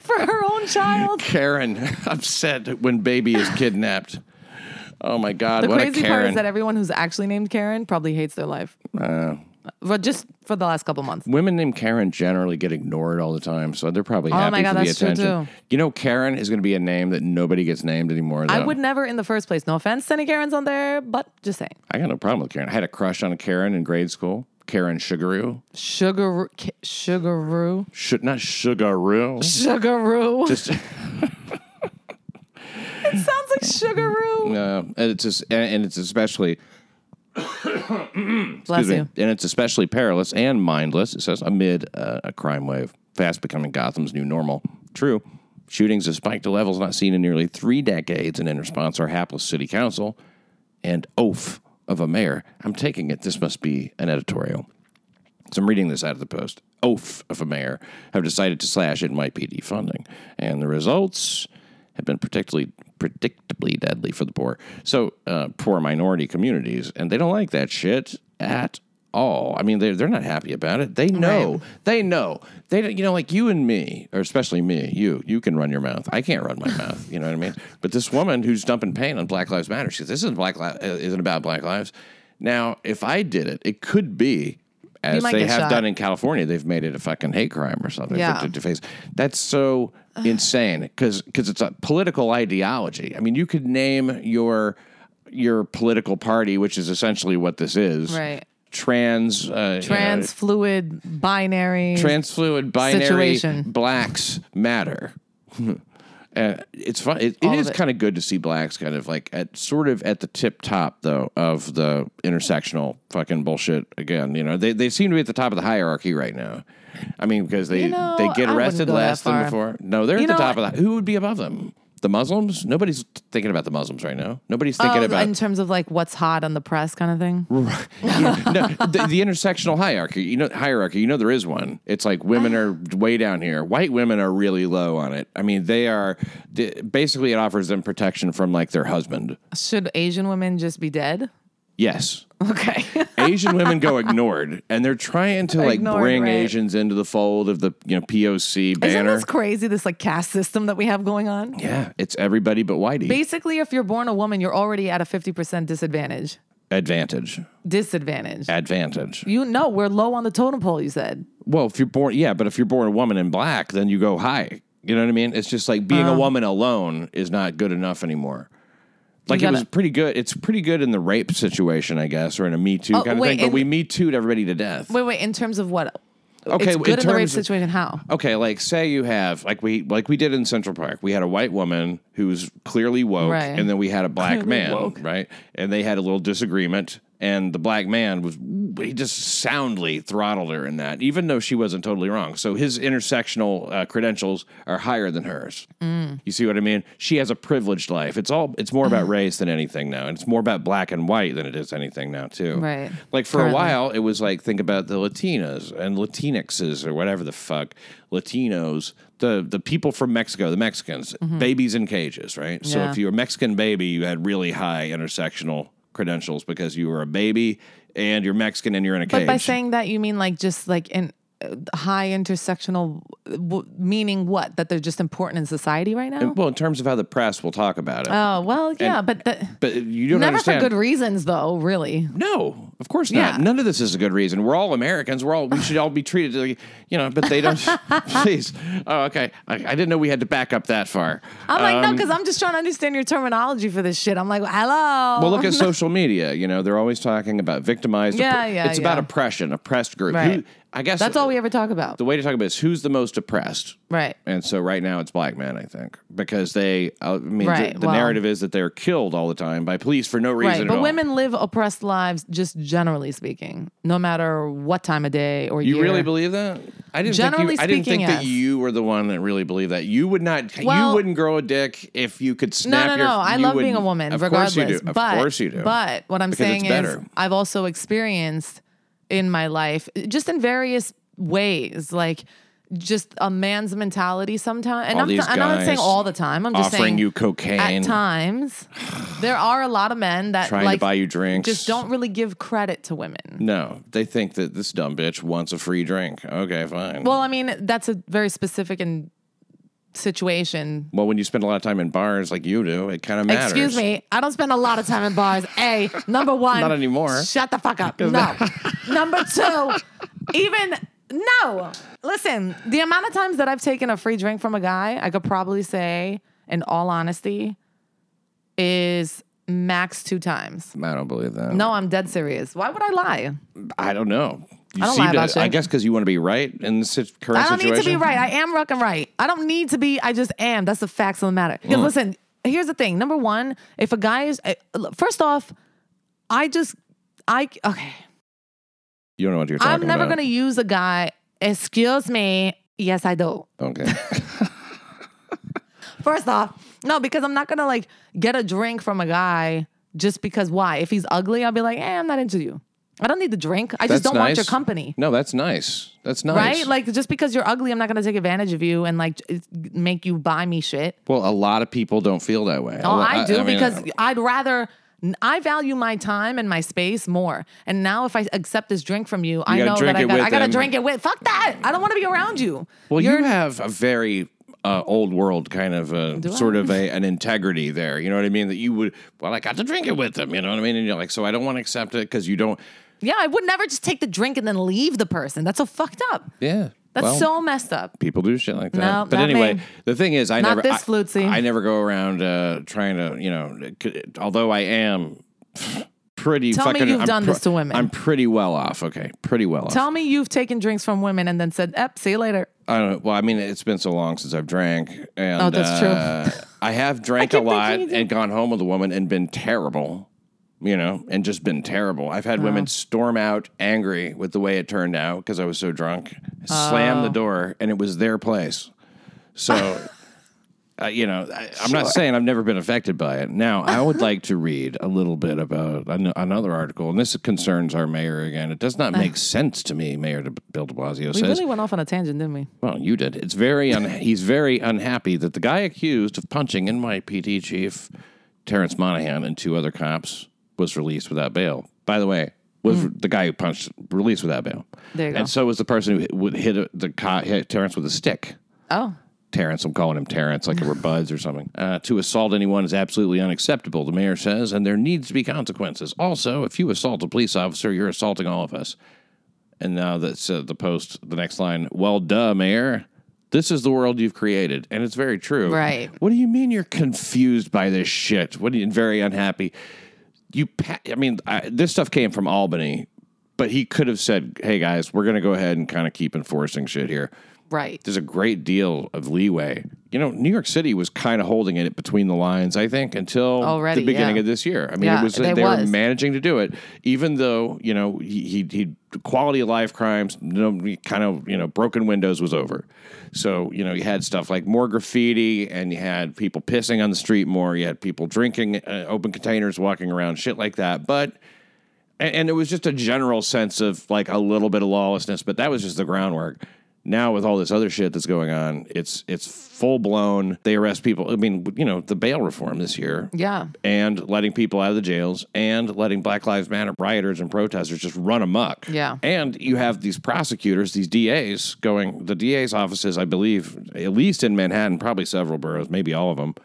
Speaker 2: for her own child.
Speaker 1: Karen upset when baby is kidnapped. Oh my god,
Speaker 2: The
Speaker 1: what
Speaker 2: crazy
Speaker 1: a
Speaker 2: part
Speaker 1: Karen!
Speaker 2: is that everyone who's actually named Karen probably hates their life. but just for the last couple months.
Speaker 1: Women named Karen generally get ignored all the time, so they're probably happy
Speaker 2: Oh my God,
Speaker 1: for the
Speaker 2: that's true,
Speaker 1: attention.
Speaker 2: too.
Speaker 1: You know, Karen is going to be a name that nobody gets named anymore. Though.
Speaker 2: I would never in the first place. No offense to any Karens on there, but just saying.
Speaker 1: I got no problem with Karen. I had a crush on a Karen in grade school. Karen Sugaroo.
Speaker 2: Sugar, K- Sugaroo,
Speaker 1: Should not Sugaroo.
Speaker 2: Sugaroo.
Speaker 1: Just
Speaker 2: it sounds like Sugaroo.
Speaker 1: uh, and it's just and, and it's especially
Speaker 2: Bless
Speaker 1: excuse me,
Speaker 2: you.
Speaker 1: and it's especially perilous and mindless. It says amid uh, a crime wave, fast becoming Gotham's new normal. True, shootings have spiked to levels not seen in nearly three decades, and in response, our hapless city council and oaf of a mayor. I'm taking it. This must be an editorial. So I'm reading this out of the post. Oaf of a mayor have decided to slash it might be defunding, and the results have been particularly predictably deadly for the poor. So uh, poor minority communities, and they don't like that shit at all. I mean, they're they're not happy about it. They know. They know. They don't- you know like you and me, or especially me. You you can run your mouth. I can't run my mouth. You know what I mean? But this woman who's dumping paint on Black Lives Matter, she says this isn't Black Li- uh, isn't about Black Lives. Now, if I did it, it could be as
Speaker 2: might
Speaker 1: they
Speaker 2: get
Speaker 1: have
Speaker 2: shot.
Speaker 1: done in California, they've made it a fucking hate crime or something. for-
Speaker 2: Yeah.
Speaker 1: to- to face. That's so insane because it's a political ideology. I mean, you could name your your political party, which is essentially what this is,
Speaker 2: Right.
Speaker 1: Trans, uh, you know,
Speaker 2: Trans, fluid, binary.
Speaker 1: trans fluid, binary,
Speaker 2: Situation.
Speaker 1: blacks matter. Uh, it's fun. It,
Speaker 2: All
Speaker 1: it
Speaker 2: of
Speaker 1: is
Speaker 2: it.
Speaker 1: kind of good to see blacks kind of like at sort of at the tip top though of the intersectional fucking bullshit again. You know, they they seem to be at the top of the hierarchy right now. I mean, because they
Speaker 2: You know,
Speaker 1: they get
Speaker 2: I wouldn't
Speaker 1: arrested
Speaker 2: go that
Speaker 1: less than
Speaker 2: far.
Speaker 1: before. No, they're
Speaker 2: You
Speaker 1: at the
Speaker 2: know,
Speaker 1: top of the. Who would be above them? The Muslims? Nobody's thinking about the Muslims right now. Nobody's thinking
Speaker 2: Oh,
Speaker 1: about
Speaker 2: in terms of like what's hot on the press kind of thing.
Speaker 1: no, the, the intersectional hierarchy. You know, hierarchy. You know, there is one. It's like women are way down here. White women are really low on it. I mean, they are. the- Basically, it offers them protection from like their husband.
Speaker 2: Should Asian women just be dead?
Speaker 1: Yes,
Speaker 2: Okay.
Speaker 1: Asian women go ignored, and they're trying to like
Speaker 2: Ignored,
Speaker 1: bring
Speaker 2: right.
Speaker 1: Asians into the fold of the you know POC
Speaker 2: Isn't
Speaker 1: banner.
Speaker 2: this crazy? This like caste system that we have going on.
Speaker 1: yeah, it's everybody but whitey
Speaker 2: Basically, if you're born a woman, you're already at a 50% disadvantage.
Speaker 1: advantage.
Speaker 2: Disadvantage.
Speaker 1: Advantage.
Speaker 2: You know, we're low on the totem pole, you said.
Speaker 1: Well, if you're born, yeah, but if you're born a woman in black, then you go high. You know what I mean? It's just like being a
Speaker 2: Uh-huh.
Speaker 1: woman alone is not good enough anymore. Like it
Speaker 2: gotta-
Speaker 1: was pretty good. It's pretty good in the rape situation, I guess, or in a Me Too
Speaker 2: Oh,
Speaker 1: kind of
Speaker 2: wait,
Speaker 1: thing. But
Speaker 2: and-
Speaker 1: we Me Too'd everybody to death.
Speaker 2: Wait, wait, in terms of what?
Speaker 1: okay,
Speaker 2: it's
Speaker 1: in
Speaker 2: good in, the rape
Speaker 1: terms of-
Speaker 2: situation. How?
Speaker 1: Okay, like say you have like we like we did in Central Park. We had a white woman who's clearly woke,
Speaker 2: Right.
Speaker 1: and then we had a black man,
Speaker 2: woke.
Speaker 1: right? And they had a little disagreement, and the black man was he just soundly throttled her in that, even though she wasn't totally wrong. So his intersectional uh, credentials are higher than hers.
Speaker 2: Mm.
Speaker 1: You see what I mean? She has a privileged life. It's all it's more about race than anything now, and it's more about black and white than it is anything now too.
Speaker 2: Right.
Speaker 1: Like for a
Speaker 2: Currently.
Speaker 1: while, it was like think about the Latinas and Latinxes or whatever the fuck, Latinos, the the people from Mexico, the Mexicans, babies in cages, right? So
Speaker 2: Mm-hmm. Yeah.
Speaker 1: if you were a Mexican baby, you had really high intersectional credentials because you were a baby and you're Mexican and you're in a
Speaker 2: But
Speaker 1: cage.
Speaker 2: by saying that, you mean like just like in uh, high intersectional, w- meaning what? That they're just important in society right now?
Speaker 1: well, in terms of how the press will talk about it,
Speaker 2: oh, well, yeah, but the,
Speaker 1: but you don't
Speaker 2: never
Speaker 1: understand.
Speaker 2: for good reasons, though, really.
Speaker 1: No, of course not.
Speaker 2: Yeah.
Speaker 1: None of this is a good reason. We're all Americans. We're all we should all be treated like you know. But they don't. please. Oh, okay. I, I didn't know we had to back up that far.
Speaker 2: I'm like,
Speaker 1: Um,
Speaker 2: no, because I'm just trying to understand your terminology for this shit. I'm like, hello.
Speaker 1: Well, look at social media. You know, they're always talking about victimized.
Speaker 2: Oh. Yeah, yeah,
Speaker 1: It's about
Speaker 2: yeah.
Speaker 1: oppression, oppressed group.
Speaker 2: Right.
Speaker 1: Who- I guess
Speaker 2: That's all we ever talk about.
Speaker 1: The way to talk about is who's the most oppressed.
Speaker 2: Right.
Speaker 1: And so right now it's black men, I think, because they, uh, I mean, the-
Speaker 2: Right,
Speaker 1: the,
Speaker 2: well-
Speaker 1: narrative is that they're killed all the time by police for no reason.
Speaker 2: Right.
Speaker 1: at
Speaker 2: But
Speaker 1: all.
Speaker 2: women live oppressed lives just generally speaking, no matter what time of day or
Speaker 1: You
Speaker 2: year.
Speaker 1: really believe that? I didn't.
Speaker 2: Generally
Speaker 1: think you, I didn't
Speaker 2: speaking,
Speaker 1: think that
Speaker 2: yes.
Speaker 1: you were the one that really believed that. You would not. you
Speaker 2: Well-
Speaker 1: wouldn't grow a dick if you could
Speaker 2: No,
Speaker 1: snap
Speaker 2: no,
Speaker 1: your.
Speaker 2: no. I
Speaker 1: you
Speaker 2: love being
Speaker 1: wouldn't-
Speaker 2: a woman,
Speaker 1: Of
Speaker 2: regardless.
Speaker 1: course you do. Of
Speaker 2: but,
Speaker 1: course you do.
Speaker 2: But what I'm
Speaker 1: Because it's
Speaker 2: saying is,
Speaker 1: better.
Speaker 2: I've also experienced in my life, just in various ways, like just a man's mentality sometimes. And
Speaker 1: All
Speaker 2: I'm,
Speaker 1: these
Speaker 2: not- and I'm not saying
Speaker 1: guys
Speaker 2: all the time. I'm just
Speaker 1: offering
Speaker 2: saying
Speaker 1: you cocaine.
Speaker 2: at times. there are a lot of men that
Speaker 1: Trying to
Speaker 2: like
Speaker 1: buy you drinks.
Speaker 2: Just don't really give credit to women.
Speaker 1: No, they think that this dumb bitch wants a free drink. Okay, fine.
Speaker 2: Well, I mean, that's a very specific and situation.
Speaker 1: Well, when you spend a lot of time in bars like you do, it kind of matters.
Speaker 2: Excuse me, I don't spend a lot of time in bars. A number one,
Speaker 1: Not anymore.
Speaker 2: Shut the fuck up. No. number two, even no. Listen, the amount of times that I've taken a free drink from a guy, I could probably say, in all honesty, is max two times.
Speaker 1: I don't believe that.
Speaker 2: No, I'm dead serious. Why would I lie?
Speaker 1: I don't know. You
Speaker 2: I don't
Speaker 1: seem
Speaker 2: lie
Speaker 1: to-
Speaker 2: about shit.
Speaker 1: I guess because you want to be right in this sit- current
Speaker 2: I don't
Speaker 1: situation.
Speaker 2: need to be right. I am fucking right. I don't need to be. I just am. That's the facts of the matter. Because listen, here's the thing. Number one, if a guy is eh, look, first off, I just I okay.
Speaker 1: You don't know what you're talking
Speaker 2: I'm never
Speaker 1: about.
Speaker 2: gonna use a guy. Excuse me. Yes, I do.
Speaker 1: Okay.
Speaker 2: First off, no, because I'm not gonna like get a drink from a guy just because why? If he's ugly, I'll be like, eh, I'm not into you. I don't need the drink. I
Speaker 1: That's
Speaker 2: just don't want your
Speaker 1: nice.
Speaker 2: company.
Speaker 1: No, that's nice. That's nice.
Speaker 2: Right? Like just because you're ugly, I'm not gonna take advantage of you and like j- make you buy me shit.
Speaker 1: Well, a lot of people don't feel that way.
Speaker 2: Oh, I, do
Speaker 1: mean, uh,
Speaker 2: because I'd rather. I value my time and my space more. And now, if I accept this drink from you, I
Speaker 1: gotta
Speaker 2: know
Speaker 1: drink
Speaker 2: that I
Speaker 1: it
Speaker 2: got
Speaker 1: with
Speaker 2: I gotta
Speaker 1: them.
Speaker 2: drink it with. Fuck that! I don't want to be around you.
Speaker 1: well, you
Speaker 2: You're-
Speaker 1: have a very uh, old world kind of uh
Speaker 2: Do I?
Speaker 1: sort of a, an integrity there. You know what I mean? That you would. Well, I got to drink it with them. You know what I mean? And you're like, so I don't want to accept it because you don't.
Speaker 2: yeah, I would never just take the drink and then leave the person. That's so fucked up.
Speaker 1: Yeah.
Speaker 2: That's
Speaker 1: well,
Speaker 2: so messed up.
Speaker 1: People do shit like that.
Speaker 2: No,
Speaker 1: but
Speaker 2: not
Speaker 1: anyway,
Speaker 2: me.
Speaker 1: the thing is, I
Speaker 2: Not
Speaker 1: never.
Speaker 2: this
Speaker 1: I-
Speaker 2: flutzy.
Speaker 1: I, never go around uh, trying to, you know, c- although I am pretty
Speaker 2: Tell me
Speaker 1: fucking.
Speaker 2: you've
Speaker 1: I'm
Speaker 2: done
Speaker 1: pre-
Speaker 2: this to women.
Speaker 1: I'm pretty well off. Okay. Pretty well off.
Speaker 2: Tell me you've taken drinks from women and then said, "Ep, see you later."
Speaker 1: I don't know. Well, I mean, it's been so long since I've drank. And,
Speaker 2: Oh, that's true.
Speaker 1: uh, I have drank a
Speaker 2: keep
Speaker 1: lot
Speaker 2: thinking you do.
Speaker 1: and gone home with a woman and been terrible, you know, and just been terrible. I've had women storm out angry with the way it turned out because I was so drunk, slam
Speaker 2: Oh.
Speaker 1: the door, and it was their place. So, uh, you know, I, I'm not saying I've never been affected by it. Now, I would like to read a little bit about an, another article, and this concerns our mayor again. It does not make sense to me, Mayor de- Bill de Blasio
Speaker 2: Uh. We
Speaker 1: says.
Speaker 2: really went off on a tangent, didn't we?
Speaker 1: Well, you did. It's very un- he's very unhappy that the guy accused of punching NYPD chief Terrence Monahan and two other cops was released without bail. By the way, was the guy who punched released without bail?
Speaker 2: Hmm. There you go.
Speaker 1: and so was the person who hit, would hit a- the cop hit Terrence with a stick.
Speaker 2: Oh,
Speaker 1: Terrence, I'm calling him Terrence, like we're buds or something. Uh, to assault anyone is absolutely unacceptable, the mayor says, and there needs to be consequences. Also, if you assault a police officer, you're assaulting all of us. And now that's uh, the post, the next line. Well, duh, mayor. This is the world you've created. And it's very true.
Speaker 2: Right.
Speaker 1: What do you mean you're confused by this shit? What do you, very unhappy? You, pa- I mean, I, this stuff came from Albany, but he could have said, hey, guys, we're going to go ahead and kind of keep enforcing shit here
Speaker 2: right.
Speaker 1: there's a great deal of leeway. You know, New York City was kind of holding it between the lines, I think, until
Speaker 2: Already,
Speaker 1: the beginning
Speaker 2: yeah.
Speaker 1: of this year. I mean,
Speaker 2: Yeah,
Speaker 1: it was they,
Speaker 2: there
Speaker 1: were
Speaker 2: was.
Speaker 1: managing to do it, even though you know he he, he quality of life crimes, no, he kind of you know broken windows was over. So you know you had stuff like more graffiti, and you had people pissing on the street more. You had people drinking uh, open containers, walking around, shit like that. But and, and it was just a general sense of like a little bit of lawlessness, but that was just the groundwork. Now with all this other shit that's going on, it's it's full blown. They arrest people. I mean, you know, the bail reform this year,
Speaker 2: Yeah.
Speaker 1: and letting people out of the jails, and letting Black Lives Matter rioters and protesters just run amok,
Speaker 2: Yeah.
Speaker 1: And you have these prosecutors, these DAs going. The DA's offices, I believe, at least in Manhattan, probably several boroughs, maybe all of them.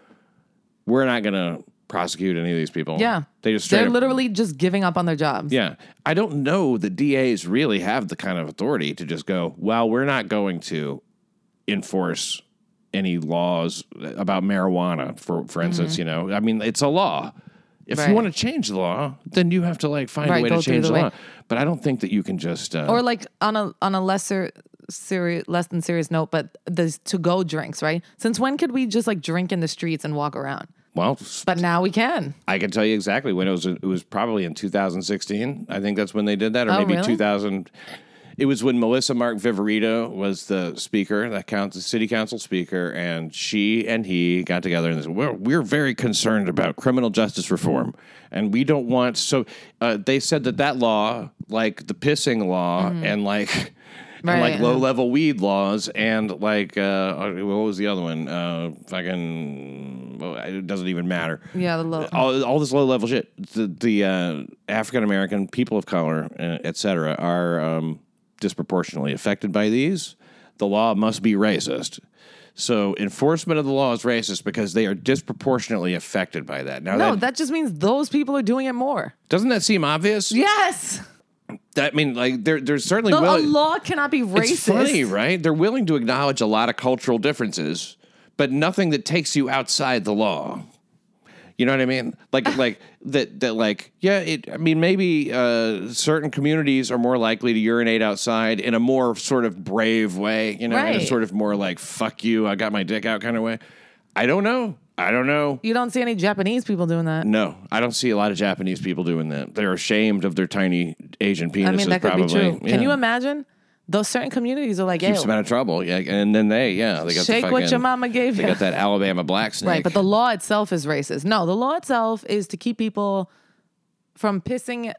Speaker 1: We're not going to prosecute any of these people.
Speaker 2: Yeah.
Speaker 1: they just straight
Speaker 2: They're
Speaker 1: up
Speaker 2: literally just giving up on their jobs.
Speaker 1: yeah. I don't know that DAs really have the kind of authority to just go, well, we're not going to enforce any laws about marijuana, for, for instance, you know. I mean, it's a law. If
Speaker 2: Mm-hmm. Right.
Speaker 1: you want to change the law, then you have to like find
Speaker 2: Right,
Speaker 1: a way
Speaker 2: go
Speaker 1: to
Speaker 2: through
Speaker 1: change
Speaker 2: the
Speaker 1: the,
Speaker 2: way.
Speaker 1: law. But I don't think that you can just uh,
Speaker 2: or like on a on a lesser serious less than serious note but those to go drinks right since when could we just like drink in the streets and walk around
Speaker 1: well.
Speaker 2: but now we can
Speaker 1: I can tell you exactly when it was. It was probably in 2016. I think that's when they did that, or
Speaker 2: Oh,
Speaker 1: maybe
Speaker 2: really?
Speaker 1: 2000. It was when Melissa Mark Viverito was the speaker, that counts, the city council speaker, and she and he got together and said, "We're we're very concerned about criminal justice reform, and we don't want." So uh, they said that that law, like the pissing law, and like. And like
Speaker 2: Mm-hmm. Right. uh-huh.
Speaker 1: low level weed laws, and like uh, what was the other one? Uh, fucking, well, it doesn't even matter
Speaker 2: yeah the low
Speaker 1: all, all this low level shit. The, the uh, African American people of color, uh, et cetera, are um, disproportionately affected by these. The law must be racist. So enforcement of the law is racist because they are disproportionately affected by that. Now,
Speaker 2: no
Speaker 1: that,
Speaker 2: that just means those people are doing it more
Speaker 1: doesn't that seem obvious?
Speaker 2: yes
Speaker 1: I mean, like there, there's certainly
Speaker 2: The- a
Speaker 1: willing.
Speaker 2: law cannot be racist
Speaker 1: It's funny, right? They're willing to acknowledge a lot of cultural differences, but nothing that takes you outside the law. You know what I mean? Like, like that, that, like, yeah. It. I mean, maybe uh, certain communities are more likely to urinate outside in a more sort of brave way. You know, in a
Speaker 2: Right.
Speaker 1: sort of more like "fuck you, I got my dick out" kind of way. I don't know. I don't know.
Speaker 2: you don't see any japanese people doing that
Speaker 1: No, I don't see a lot of Japanese people doing that. They're ashamed of their tiny Asian penises.
Speaker 2: i mean that could
Speaker 1: probably.
Speaker 2: be true
Speaker 1: Yeah
Speaker 2: can you imagine those certain communities are like
Speaker 1: keeps
Speaker 2: "Ew,
Speaker 1: them out of trouble. Yeah, and then they, yeah, they got
Speaker 2: Shake
Speaker 1: the
Speaker 2: what
Speaker 1: fucking-
Speaker 2: your mama gave
Speaker 1: They
Speaker 2: you.
Speaker 1: got that Alabama black snake,
Speaker 2: Right, but the law itself is racist. No, the law itself is to keep people from pissing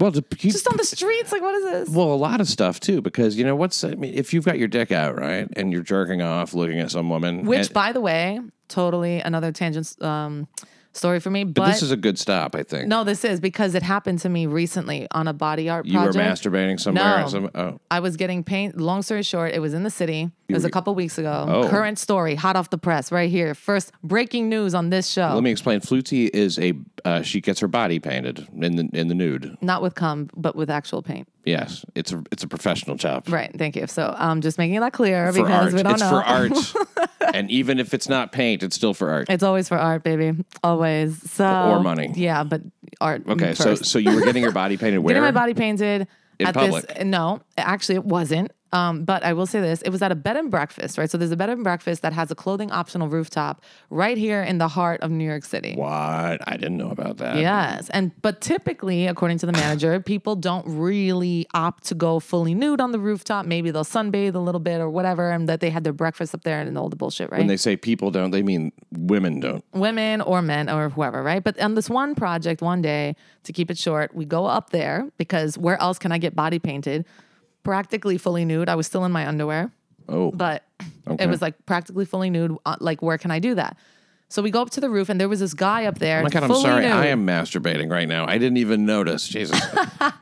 Speaker 1: well, to keep,
Speaker 2: just on the streets. Like, what is this?
Speaker 1: well, a lot of stuff too, because you know what's I mean, if you've got your dick out, right, and you're jerking off, looking at some woman,
Speaker 2: Which,
Speaker 1: and-
Speaker 2: by the way, totally another tangent um, story for me. But,
Speaker 1: but this is a good stop, I think.
Speaker 2: no, this is because it happened to me recently on a body art
Speaker 1: you were
Speaker 2: project.
Speaker 1: masturbating somewhere.
Speaker 2: No.
Speaker 1: Some, oh,
Speaker 2: I was getting paint. Long story short, it was in the city. It was a couple weeks ago.
Speaker 1: Oh.
Speaker 2: Current story, hot off the press, right here. First breaking news on this show.
Speaker 1: let me explain. Flutie is a uh, she gets her body painted in the in the nude.
Speaker 2: Not with cum, but with actual paint.
Speaker 1: Yes, it's a it's a professional job.
Speaker 2: Right. Thank you. So um, just making that clear
Speaker 1: For
Speaker 2: because
Speaker 1: art,
Speaker 2: we don't
Speaker 1: it's
Speaker 2: know.
Speaker 1: for art, and even if it's not paint, it's still for art
Speaker 2: It's always for art, baby. Always. So
Speaker 1: Or money.
Speaker 2: Yeah, but art.
Speaker 1: Okay, so
Speaker 2: first.
Speaker 1: so you were getting your body painted where?
Speaker 2: getting my body painted
Speaker 1: In
Speaker 2: at
Speaker 1: public?
Speaker 2: this. No, actually, it wasn't. Um, but I will say this: it was at a bed and breakfast, right? So there's a bed and breakfast that has a clothing optional rooftop right here in the heart of New York City.
Speaker 1: What? I didn't know about that.
Speaker 2: Yes, and but typically, according to the manager, people don't really opt to go fully nude on the rooftop. Maybe they'll sunbathe a little bit or whatever, and that they had their breakfast up there and all the bullshit, right?
Speaker 1: When they say people don't, they mean women don't.
Speaker 2: women or men or whoever, right? But on this one project, one day, to keep it short, we go up there because where else can I get body painted? Practically fully nude. I was still in my underwear,
Speaker 1: Oh,
Speaker 2: but
Speaker 1: Okay.
Speaker 2: it was like practically fully nude. Uh, Like, where can I do that? So we go up to the roof, and there was this guy up there.
Speaker 1: oh my God, I'm
Speaker 2: fully
Speaker 1: sorry.
Speaker 2: nude.
Speaker 1: I am masturbating right now. I didn't even notice. Jesus,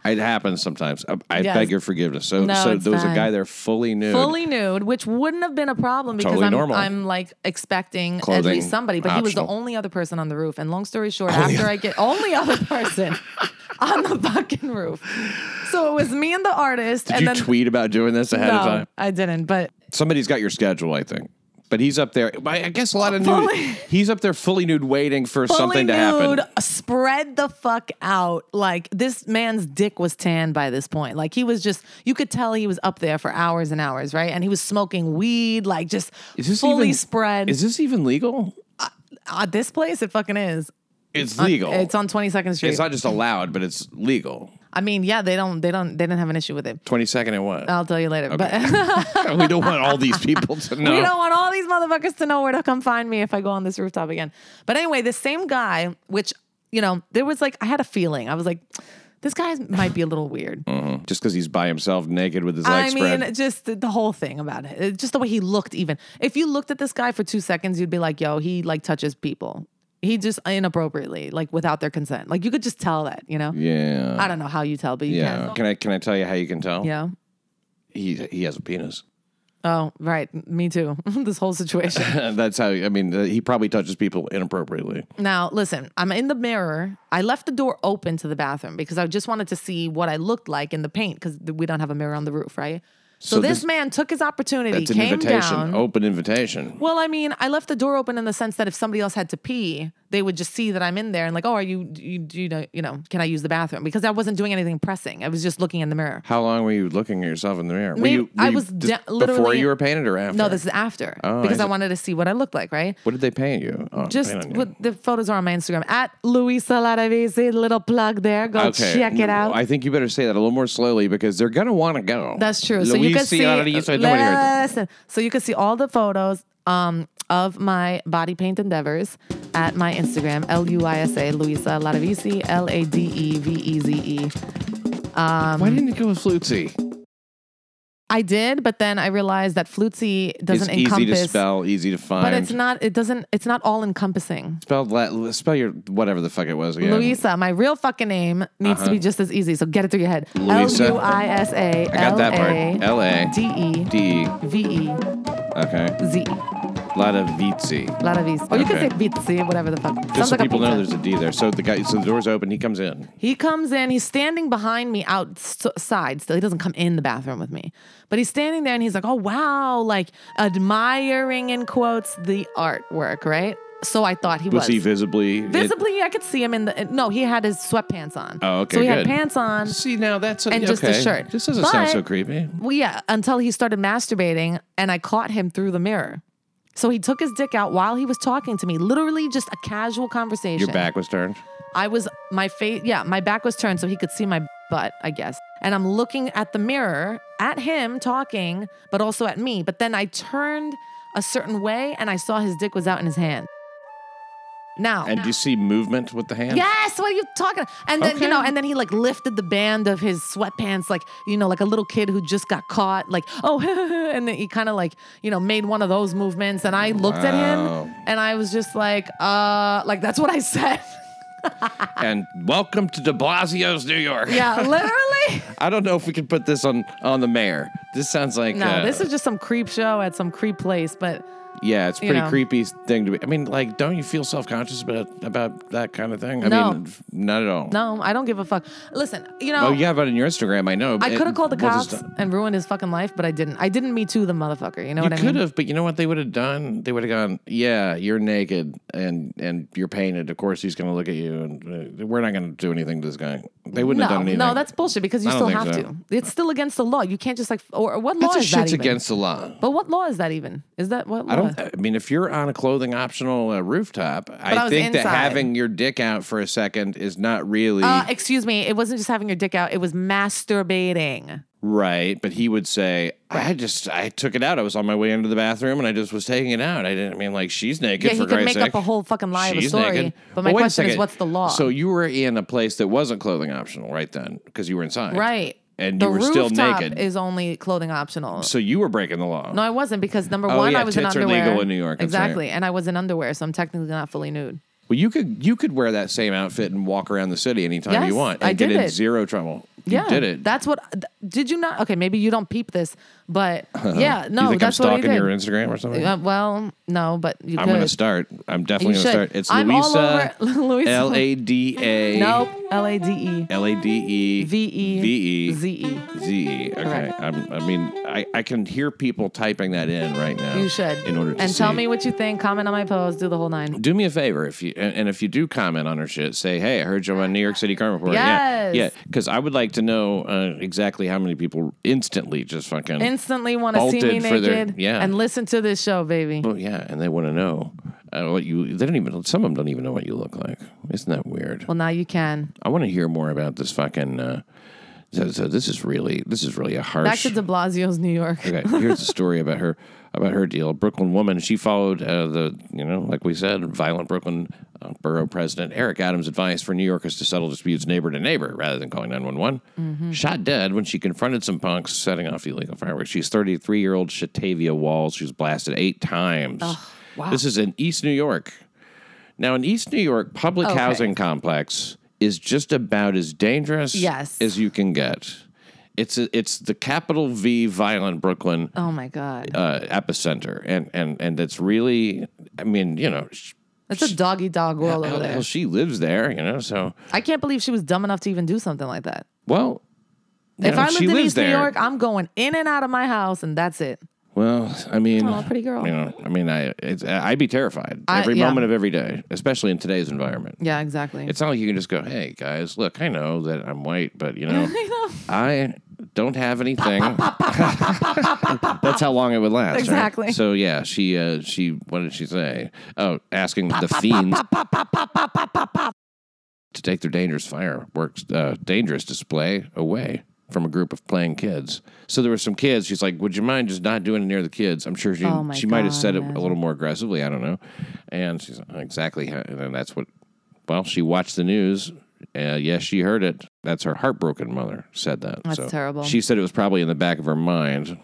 Speaker 1: it happens sometimes. I, I
Speaker 2: Yes.
Speaker 1: beg your forgiveness. So,
Speaker 2: No,
Speaker 1: so
Speaker 2: it's
Speaker 1: there was a
Speaker 2: fine.
Speaker 1: guy there fully nude.
Speaker 2: fully nude, which wouldn't have been a problem because
Speaker 1: Totally
Speaker 2: I'm,
Speaker 1: normal.
Speaker 2: I'm like expecting
Speaker 1: Clothing
Speaker 2: at least somebody. But he was the
Speaker 1: optional.
Speaker 2: only other person on the roof. And long story short, after I get only other person on the fucking roof, so it was me and the artist.
Speaker 1: Did
Speaker 2: and
Speaker 1: you
Speaker 2: then
Speaker 1: tweet about doing this ahead
Speaker 2: no,
Speaker 1: of time?
Speaker 2: I didn't. But
Speaker 1: Somebody's got your schedule, I think. But he's up there. I I guess a lot of nude.
Speaker 2: Fully-
Speaker 1: He's up there fully nude, waiting for
Speaker 2: fully
Speaker 1: something to
Speaker 2: nude,
Speaker 1: happen.
Speaker 2: spread the fuck out. Like this man's dick was tan by this point. Like he was just, you could tell he was up there for hours and hours, right? And he was smoking weed, like just fully spread.
Speaker 1: Is this even legal?
Speaker 2: At this place, it fucking is.
Speaker 1: It's legal.
Speaker 2: Uh, It's on 22nd Street.
Speaker 1: It's not just allowed, but it's legal.
Speaker 2: I mean, yeah, they don't, they don't, they didn't have an issue with it.
Speaker 1: Twenty second and what?
Speaker 2: I'll tell you later. But
Speaker 1: we don't want all these people to know.
Speaker 2: we don't want all these motherfuckers to know where to come find me if I go on this rooftop again. But anyway, the same guy, which you know, there was like I had a feeling. I was like, this guy might be a little weird.
Speaker 1: just because he's by himself, naked with his
Speaker 2: I
Speaker 1: legs
Speaker 2: mean,
Speaker 1: Mm, spread.
Speaker 2: just the, the whole thing about it. It- Just the way he looked. Even if you looked at this guy for two seconds, you'd be like, yo, he like touches people. He just inappropriately, like without their consent. Like you could just tell that, you know.
Speaker 1: Yeah,
Speaker 2: I don't know how you tell, but you
Speaker 1: yeah. Can I can I tell you how you can tell?
Speaker 2: can. Yeah.
Speaker 1: he he has a penis.
Speaker 2: Oh, right. Me too. this whole situation.
Speaker 1: That's how. I mean, uh, he probably touches people inappropriately.
Speaker 2: Now, listen, I'm in the mirror. I left the door open to the bathroom because I just wanted to see what I looked like in the paint because we don't have a mirror on the roof, right? So,
Speaker 1: So
Speaker 2: this,
Speaker 1: this-
Speaker 2: man took his opportunity,
Speaker 1: That's an
Speaker 2: came
Speaker 1: invitation, Oh.
Speaker 2: down.
Speaker 1: open invitation.
Speaker 2: Well, I mean, I left the door open in the sense that if somebody else had to pee, they would just see that I'm in there and like, oh, are you, do you, do you know, you know, can I use the bathroom? Because I wasn't doing anything pressing. I was just looking in the mirror.
Speaker 1: How long were you looking at yourself in the mirror? Were you,
Speaker 2: Maybe-
Speaker 1: were
Speaker 2: I
Speaker 1: you
Speaker 2: was
Speaker 1: just
Speaker 2: da- literally-
Speaker 1: before you were painted or after?
Speaker 2: No, this is after
Speaker 1: Oh,
Speaker 2: because
Speaker 1: is
Speaker 2: I
Speaker 1: it-
Speaker 2: wanted to see what I looked like, right?
Speaker 1: What did they paint you? Oh, paint
Speaker 2: Just
Speaker 1: on you.
Speaker 2: what the photos are on my Instagram at Luisa Laravese. Little plug there. Go check it out.
Speaker 1: I think you better say that a little more slowly because they're gonna want to go.
Speaker 2: That's true. so you can see. Listen. So you can see all the photos um, of my body paint endeavors at my Instagram L U I S A Luisa Ladevisi L A D E V E Z E.
Speaker 1: Why didn't it go with Flutzy?
Speaker 2: I did, but then I realized that Flutzy
Speaker 1: It's
Speaker 2: doesn't
Speaker 1: easy
Speaker 2: encompass.
Speaker 1: to spell, easy to find.
Speaker 2: But it's not. It doesn't. It's not all encompassing.
Speaker 1: spelled la- spell your whatever the fuck it was again.
Speaker 2: Luisa, my real fucking name needs to be just as easy. So get it through your head.
Speaker 1: Uh-huh. Luisa.
Speaker 2: L U I S
Speaker 1: I
Speaker 2: A
Speaker 1: got
Speaker 2: L
Speaker 1: that
Speaker 2: A
Speaker 1: part. L A
Speaker 2: D E
Speaker 1: D.
Speaker 2: V E
Speaker 1: Okay.
Speaker 2: Z E.
Speaker 1: Ladavitsi.
Speaker 2: Ladavisi. Or you
Speaker 1: Okay.
Speaker 2: can say Bitsi, whatever the fuck.
Speaker 1: Just
Speaker 2: Sounds
Speaker 1: so
Speaker 2: like a
Speaker 1: people know
Speaker 2: pizza.
Speaker 1: there's a D there. So the guy, so the door's open. He comes in.
Speaker 2: He comes in, he's standing behind me outside still. He doesn't come in the bathroom with me, but he's standing there and he's like, oh, wow, like admiring, in quotes, the artwork, right? So I thought he was.
Speaker 1: Was he visibly? it-
Speaker 2: Visibly, I could see him in the. No, he had his sweatpants on.
Speaker 1: Oh, okay,
Speaker 2: So he
Speaker 1: good.
Speaker 2: had pants on.
Speaker 1: see now that's a,
Speaker 2: And just a
Speaker 1: okay.
Speaker 2: shirt.
Speaker 1: This doesn't sound
Speaker 2: But-
Speaker 1: so creepy.
Speaker 2: Well, yeah, until he started masturbating and I caught him through the mirror. So he took his dick out while he was talking to me, literally just a casual conversation.
Speaker 1: Your back was turned.
Speaker 2: I was my face. Yeah, my back was turned so he could see my butt, I guess. And I'm looking at the mirror at him talking, but also at me. But then I turned a certain way and I saw his dick was out in his hand. Now.
Speaker 1: And do you see movement with the hand?
Speaker 2: Yes, what are you talking? And then
Speaker 1: Okay.
Speaker 2: you know, and then he like lifted the band of his sweatpants, like you know, like a little kid who just got caught, like oh, and then he kind of like you know made one of those movements, and I looked at
Speaker 1: Wow.
Speaker 2: him, and I was just like, uh, like that's what I said.
Speaker 1: And welcome to De Blasio's New York.
Speaker 2: yeah, literally.
Speaker 1: I don't know if we can put this on on the mayor. This sounds like
Speaker 2: No,
Speaker 1: uh,
Speaker 2: this is just some creep show at some creep place, but
Speaker 1: yeah, it's a
Speaker 2: you
Speaker 1: pretty
Speaker 2: know.
Speaker 1: creepy thing to be. I mean, like, don't you feel self conscious about about that kind of thing? I
Speaker 2: No.
Speaker 1: mean, f- not at all.
Speaker 2: no, I don't give a fuck. Listen, you know,
Speaker 1: Oh yeah, but on your Instagram, I know.
Speaker 2: I
Speaker 1: It
Speaker 2: could have called the
Speaker 1: was just-
Speaker 2: cops and ruined his fucking life, but I didn't. I didn't me too the motherfucker. You know
Speaker 1: You
Speaker 2: what I
Speaker 1: could
Speaker 2: mean?
Speaker 1: have, but you know what they would have done? They would have gone, "Yeah, you're naked and and you're painted. Of course, he's going to look at you, and uh, we're not going to do anything to this guy." They wouldn't have
Speaker 2: No,
Speaker 1: done anything.
Speaker 2: no, that's bullshit because you
Speaker 1: I don't
Speaker 2: still
Speaker 1: think
Speaker 2: have
Speaker 1: so.
Speaker 2: to. It's still against the law. You can't just like, f- or what law
Speaker 1: that's a
Speaker 2: is that
Speaker 1: shit's
Speaker 2: even?
Speaker 1: against the law.
Speaker 2: but what law is that even? Is that what law?
Speaker 1: I don't. I mean, if you're on a clothing optional uh, rooftop,
Speaker 2: I
Speaker 1: I
Speaker 2: was
Speaker 1: think that
Speaker 2: inside.
Speaker 1: having your dick out for a second is not really
Speaker 2: uh, excuse me. It wasn't just having your dick out. It was masturbating.
Speaker 1: right. But he would say, "I just I took it out. I was on my way into the bathroom and I just was taking it out. I didn't I mean like she's naked.
Speaker 2: Yeah,
Speaker 1: for
Speaker 2: he could
Speaker 1: Christ's
Speaker 2: make
Speaker 1: sake.
Speaker 2: up a whole fucking lie of a
Speaker 1: She's
Speaker 2: story.
Speaker 1: naked.
Speaker 2: But my
Speaker 1: wait a
Speaker 2: question is,
Speaker 1: second.
Speaker 2: what's the law?
Speaker 1: So you were in a place that wasn't clothing optional right then because you were inside,
Speaker 2: right.
Speaker 1: And
Speaker 2: the
Speaker 1: you were still
Speaker 2: rooftop
Speaker 1: naked.
Speaker 2: is only clothing optional.
Speaker 1: so you were breaking the law.
Speaker 2: No, I wasn't because number
Speaker 1: Oh,
Speaker 2: one,
Speaker 1: yeah,
Speaker 2: I was in
Speaker 1: tits are
Speaker 2: underwear.
Speaker 1: legal in New York, that's right.
Speaker 2: Exactly, and I was in underwear, so I'm technically not fully nude.
Speaker 1: Well, you could you could wear that same outfit and walk around the city anytime
Speaker 2: Yes,
Speaker 1: you want and
Speaker 2: I
Speaker 1: get
Speaker 2: did
Speaker 1: in
Speaker 2: it.
Speaker 1: zero trouble. You
Speaker 2: Yeah,
Speaker 1: did it.
Speaker 2: That's what. th- Did you not? Okay, maybe you don't peep this, but yeah, no,
Speaker 1: you think
Speaker 2: that's
Speaker 1: I'm
Speaker 2: what I
Speaker 1: stalking
Speaker 2: did.
Speaker 1: your Instagram or something?
Speaker 2: Uh, well, no, but you
Speaker 1: I'm
Speaker 2: could.
Speaker 1: going to start. I'm definitely going to
Speaker 2: You should.
Speaker 1: start. It's
Speaker 2: I'm all
Speaker 1: Luisa.
Speaker 2: over- Luisa.
Speaker 1: L A D A.
Speaker 2: Nope. L A D E
Speaker 1: L A D E.
Speaker 2: V E
Speaker 1: V E.
Speaker 2: Z E.
Speaker 1: Z E. Okay.
Speaker 2: Correct.
Speaker 1: I'm, I mean, I, I can hear people typing that in right now.
Speaker 2: You should.
Speaker 1: In order to
Speaker 2: and tell
Speaker 1: see.
Speaker 2: me what you think. Comment on my post. Do the whole nine.
Speaker 1: Do me a favor if you and, and if you do comment on her shit, say, "Hey, I heard you on New York City Crime Report."
Speaker 2: Yes.
Speaker 1: Yeah, yeah, because I would like to know uh, exactly how many people instantly just fucking.
Speaker 2: Instantly want to see me
Speaker 1: Bolted for
Speaker 2: naked
Speaker 1: their- yeah.
Speaker 2: and listen to this show, baby.
Speaker 1: Oh, yeah, and they want to know uh, what you. They don't even. Some of them don't even know what you look like. Isn't that weird?
Speaker 2: Well, now you can.
Speaker 1: I want to hear more about this fucking. Uh, so, so this is really this is really a harsh.
Speaker 2: Back to De Blasio's New York.
Speaker 1: okay, here's the story about her about her deal. A Brooklyn woman. She followed uh, the you know like we said, violent Brooklyn uh, borough president Eric Adams' advice for New Yorkers to settle disputes neighbor to neighbor rather than calling nine one
Speaker 2: Mm-hmm.
Speaker 1: one. Shot dead when she confronted some punks setting off illegal fireworks. She's thirty three year old Shatavia Walls. She was blasted eight times.
Speaker 2: wow.
Speaker 1: This is in East New York. Now, an East New York public
Speaker 2: Okay.
Speaker 1: housing complex is just about as dangerous
Speaker 2: Yes.
Speaker 1: as you can get. It's a, it's the capital V violent Brooklyn
Speaker 2: Oh my God.
Speaker 1: uh, epicenter, and and and that's really, I mean, you know, sh-
Speaker 2: It's a doggy dog world over
Speaker 1: hell,
Speaker 2: there.
Speaker 1: hell, she lives there, you know, so
Speaker 2: I can't believe she was dumb enough to even do something like that.
Speaker 1: well, you
Speaker 2: if
Speaker 1: know,
Speaker 2: I
Speaker 1: she
Speaker 2: lived in
Speaker 1: lives
Speaker 2: East
Speaker 1: there.
Speaker 2: New York, I'm going in and out of my house, and that's it.
Speaker 1: Well, I mean,
Speaker 2: Aw, pretty girl.
Speaker 1: You know, I mean, I it's, I'd be terrified
Speaker 2: I-
Speaker 1: every
Speaker 2: yeah.
Speaker 1: moment of every day, especially in today's environment.
Speaker 2: Yeah, exactly.
Speaker 1: It's not like you can just go, "Hey guys, look, I know that I'm white, but you know, I don't have anything." That's how long it would last. right?
Speaker 2: Exactly.
Speaker 1: So yeah, she uh, she what did she say? Oh, asking the fiends to take their dangerous fireworks uh, dangerous display away from a group of playing kids. So there were some kids. She's like, "Would you mind just not doing it near the kids?" I'm sure she
Speaker 2: Oh my
Speaker 1: she might have
Speaker 2: God,
Speaker 1: said it a
Speaker 2: imagine.
Speaker 1: little more aggressively. I don't know. And she's like, exactly, how, and that's what. Well, she watched the news. Uh, yes, she heard it. That's her heartbroken mother said that.
Speaker 2: That's
Speaker 1: So
Speaker 2: terrible.
Speaker 1: She said it was probably in the back of her mind.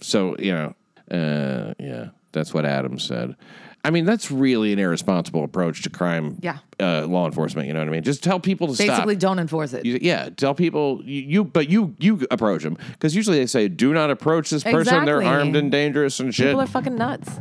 Speaker 1: So you know, uh, yeah, that's what Adam said. I mean, that's really an irresponsible approach to crime.
Speaker 2: Yeah.
Speaker 1: uh, law enforcement. You know what I mean? Just tell people to stop.
Speaker 2: Basically, don't enforce it.
Speaker 1: You- yeah, tell people you, you but you you approach them because usually they say do not approach this person. They're
Speaker 2: Exactly.
Speaker 1: armed and dangerous and shit.
Speaker 2: People are fucking nuts.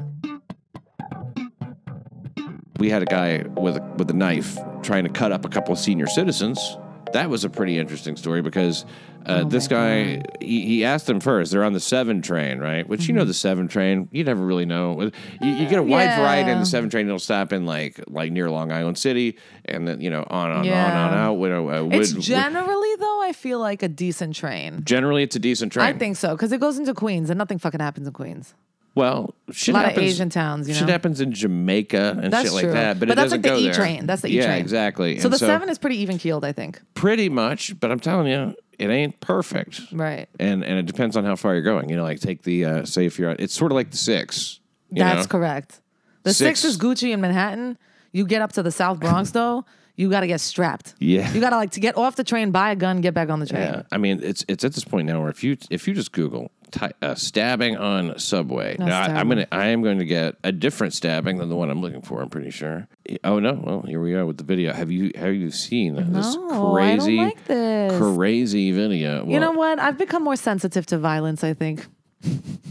Speaker 1: we had a guy with a, with a knife trying to cut up a couple of senior citizens. That was a pretty interesting story because
Speaker 2: Oh
Speaker 1: uh, this guy he, he asked them first. They're on the seven train, right? Which you know the seven train. You never really know. You, you get a wide
Speaker 2: Mm-hmm. Yeah.
Speaker 1: variety in the seven train. It'll stop in like like near Long Island City, and then you know on on
Speaker 2: Yeah.
Speaker 1: on on out. You know, uh, wood,
Speaker 2: it's generally though, I feel like a decent train.
Speaker 1: generally it's a decent train.
Speaker 2: I think so because it goes into Queens and nothing fucking happens in Queens.
Speaker 1: Well, shit
Speaker 2: A lot of
Speaker 1: happens,
Speaker 2: Asian towns, you
Speaker 1: shit
Speaker 2: know?
Speaker 1: happens in Jamaica and
Speaker 2: That's
Speaker 1: shit like
Speaker 2: true.
Speaker 1: that, but,
Speaker 2: But
Speaker 1: it
Speaker 2: that's
Speaker 1: doesn't
Speaker 2: like the
Speaker 1: go there.
Speaker 2: E-train. That's the
Speaker 1: yeah,
Speaker 2: E-train.
Speaker 1: exactly.
Speaker 2: So
Speaker 1: And
Speaker 2: the seven is pretty even keeled, I think.
Speaker 1: pretty much, but I'm telling you, it ain't perfect.
Speaker 2: Right.
Speaker 1: And and it depends on how far you're going. You know, like take the uh, say if you're it's sort of like the six. you
Speaker 2: That's
Speaker 1: know?
Speaker 2: correct. The six.
Speaker 1: Six.
Speaker 2: is Gucci in Manhattan. You get up to the South Bronx though, you got to get strapped.
Speaker 1: Yeah.
Speaker 2: You got to like to get off the train, buy a gun, get back on the train.
Speaker 1: Yeah, I mean it's it's at this point now where if you if you just Google ty- uh, stabbing on subway, now, I, I'm
Speaker 2: terrible.
Speaker 1: gonna I am going to get a different stabbing than the one I'm looking for. I'm pretty sure. Oh no! Well, here we are with the video. Have you have you seen this
Speaker 2: No, I don't
Speaker 1: crazy
Speaker 2: like this.
Speaker 1: crazy video?
Speaker 2: You
Speaker 1: Well,
Speaker 2: know what? I've become more sensitive to violence, I think.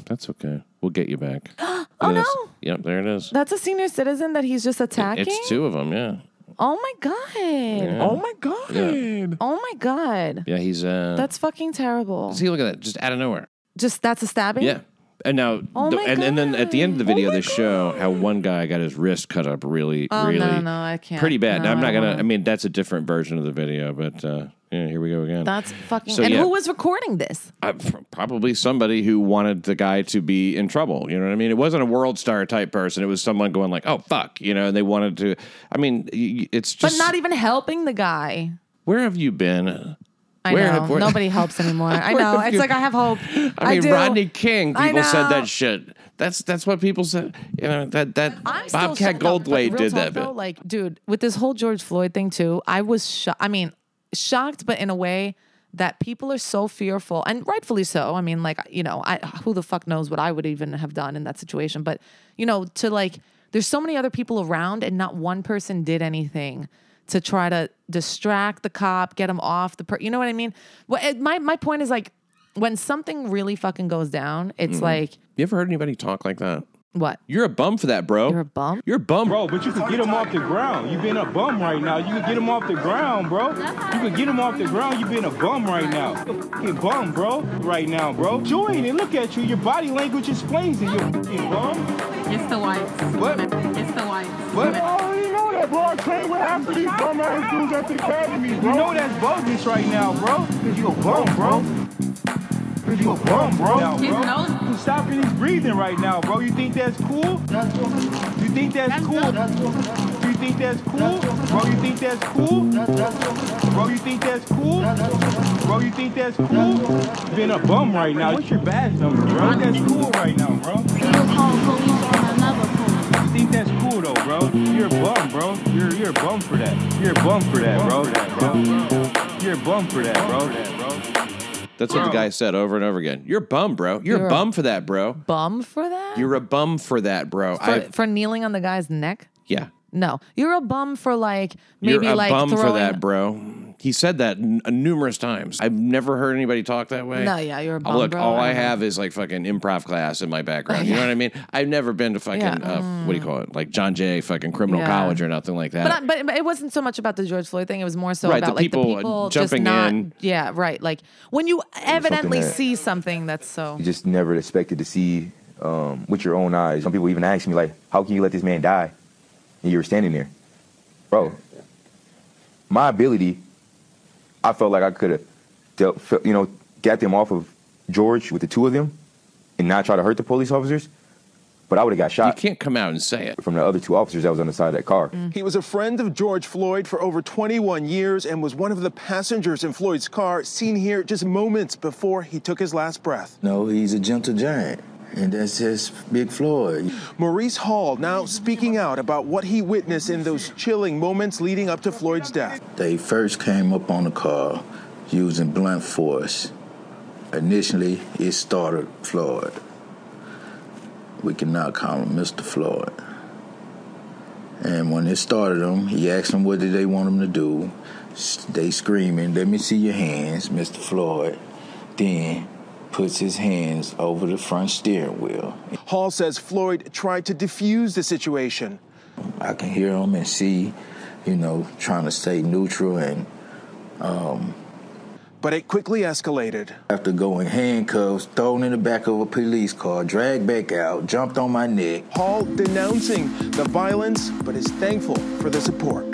Speaker 1: That's okay. We'll get you back. oh
Speaker 2: no.
Speaker 1: Yep, there it is.
Speaker 2: That's a senior citizen that he's just attacking.
Speaker 1: It's two of them. Yeah.
Speaker 2: Oh my god.
Speaker 3: Oh my god.
Speaker 2: Oh my god.
Speaker 1: Yeah, he's uh.
Speaker 2: That's fucking terrible.
Speaker 1: see, look at that, just out of nowhere.
Speaker 2: Just that's a stabbing?
Speaker 1: Yeah. And now,
Speaker 2: Oh
Speaker 1: the-
Speaker 2: my
Speaker 1: and, and then at the end of the
Speaker 2: God. Oh
Speaker 1: video,
Speaker 2: my
Speaker 1: they show how one guy got his wrist cut up really,
Speaker 2: Oh
Speaker 1: really,
Speaker 2: no, no, I can't.
Speaker 1: pretty bad.
Speaker 2: No,
Speaker 1: now, I'm
Speaker 2: I
Speaker 1: not
Speaker 2: don't
Speaker 1: gonna.
Speaker 2: wanna-
Speaker 1: I mean, that's a different version of the video, but uh, yeah, here we go again.
Speaker 2: That's fucking
Speaker 1: So,
Speaker 2: And
Speaker 1: yeah.
Speaker 2: who was recording this?
Speaker 1: I, probably somebody who wanted the guy to be in trouble. You know what I mean? It wasn't a world star type person. It was someone going like, "Oh fuck," you know. And they wanted to. I mean, y- y- it's
Speaker 2: But
Speaker 1: just.
Speaker 2: not even helping the guy.
Speaker 1: where have you been?
Speaker 2: I
Speaker 1: Where
Speaker 2: know.
Speaker 1: have- where-
Speaker 2: Nobody helps anymore. I
Speaker 1: Where
Speaker 2: know.
Speaker 1: have
Speaker 2: It's
Speaker 1: you-
Speaker 2: like I have hope.
Speaker 1: I mean,
Speaker 2: do.
Speaker 1: Rodney King.
Speaker 2: I
Speaker 1: People said
Speaker 2: know.
Speaker 1: that shit. That's that's what people said. You know that that
Speaker 2: I'm still
Speaker 1: Bobcat
Speaker 2: shocked, though, but
Speaker 1: Goldthwait
Speaker 2: real
Speaker 1: did
Speaker 2: talk,
Speaker 1: that bit.
Speaker 2: Though, like, dude, with this whole George Floyd thing too, I was shocked. I mean, shocked, but in a way that people are so fearful, and rightfully so. I mean, like, you know, I who the fuck knows what I would even have done in that situation? But you know, to like, there's so many other people around, and not one person did anything. To try to distract the cop, get him off the, per- you know what I mean. Well, it- my my point is like, when something really fucking goes down, it's
Speaker 1: Mm-hmm.
Speaker 2: like
Speaker 1: You ever heard anybody talk like that?
Speaker 2: what?
Speaker 1: You're a bum for that, bro.
Speaker 2: You're a bum?
Speaker 1: You're a bum.
Speaker 5: Bro, but you can get him off the ground. You been a bum right now. You can get him off the ground, bro. You can get him off the ground. You been a bum right now. You fucking bum, bro. Right now, bro. Join and look at you. Your body language explains it. You fucking bum.
Speaker 6: It's the whites.
Speaker 5: What?
Speaker 6: It's the whites.
Speaker 5: What? Oh, you know that, bro. I can't what happened to these dumbass dudes at the academy, bro. You know that's bogus right now, bro. Cause you a bum, bro. Cause you a bum, bro. Now,
Speaker 6: His
Speaker 5: bro.
Speaker 6: nose-
Speaker 5: You stopping his breathing right now, bro. You think that's cool? You think that's cool? Do you think that's cool? Bro, you think that's cool? Bro, you think that's cool? Bro, you think that's cool? You been a bum right now. What's your badge number, bro? That's cool right now, bro.
Speaker 7: You'll call police on another police.
Speaker 5: You think that's cool though, bro? You're a bum, bro. You're you're a bum for that. You're a bum for that, bro. You're a bum for that, bro.
Speaker 1: That's what the guy said over and over again. You're a bum, bro. You're, a
Speaker 2: You're a-
Speaker 1: bum for that, bro.
Speaker 2: Bum for that?
Speaker 1: You're a bum for that, bro.
Speaker 2: for,
Speaker 1: I
Speaker 2: for kneeling on the guy's neck?
Speaker 1: yeah.
Speaker 2: No, you're a bum for like maybe
Speaker 1: You're a
Speaker 2: like
Speaker 1: bum
Speaker 2: throwing.
Speaker 1: for that, bro. He said that n- uh, numerous times. I've never heard anybody talk that way. Uh,
Speaker 2: No, yeah, you're a bum,
Speaker 1: Look,
Speaker 2: bro. Uh-huh.
Speaker 1: all
Speaker 2: I
Speaker 1: I
Speaker 2: don't know.
Speaker 1: have is like fucking improv class in my background. You know what I mean? I've never been to fucking
Speaker 2: Yeah. mm.
Speaker 1: uh, what do you call it? Like John Jay fucking criminal
Speaker 2: Yeah.
Speaker 1: college or nothing like that.
Speaker 2: But, I- but but it wasn't so much about the George Floyd thing. It was more so
Speaker 1: Right,
Speaker 2: about
Speaker 1: the
Speaker 2: like
Speaker 1: people, uh,
Speaker 2: the people
Speaker 1: jumping
Speaker 2: just not.
Speaker 1: in.
Speaker 2: Yeah, right. Like when you evidently
Speaker 8: that-
Speaker 2: see something that's so.
Speaker 8: You just never expected to see um, with your own eyes. Some people even ask me like, "How can you let this man die?" And you were standing there, bro. My ability, I felt like I could have, dealt, fe- you know, got them off of George with the two of them, and not try to hurt the police officers. But I would have got
Speaker 1: You
Speaker 8: shot
Speaker 1: can't come out and say it.
Speaker 8: from the other two officers that was on the side of that car.
Speaker 9: Mm-hmm.
Speaker 10: He was a friend of George Floyd for over 21 years and was one of the passengers in Floyd's car, seen here just moments before he took his last breath.
Speaker 9: No, he's a gentle giant. And that's just Big Floyd.
Speaker 10: Maurice Hall now speaking out about what he witnessed in those chilling moments leading up to Floyd's death.
Speaker 9: They first came up on the car using blunt force. Initially, it started Floyd. We can now call him Mr. Floyd. And when it started him, he asked them what did they want him to do. S- They screaming, "Let me see your hands, Mr. Floyd." Then puts his hands over the front steering wheel.
Speaker 10: Hall says Floyd tried to defuse the situation.
Speaker 9: I can hear him and see, you know, trying to stay neutral and
Speaker 10: But it quickly escalated.
Speaker 9: After going handcuffs, thrown in the back of a police car, dragged back out, jumped on my neck.
Speaker 10: Hall denouncing the violence, but is thankful for the support.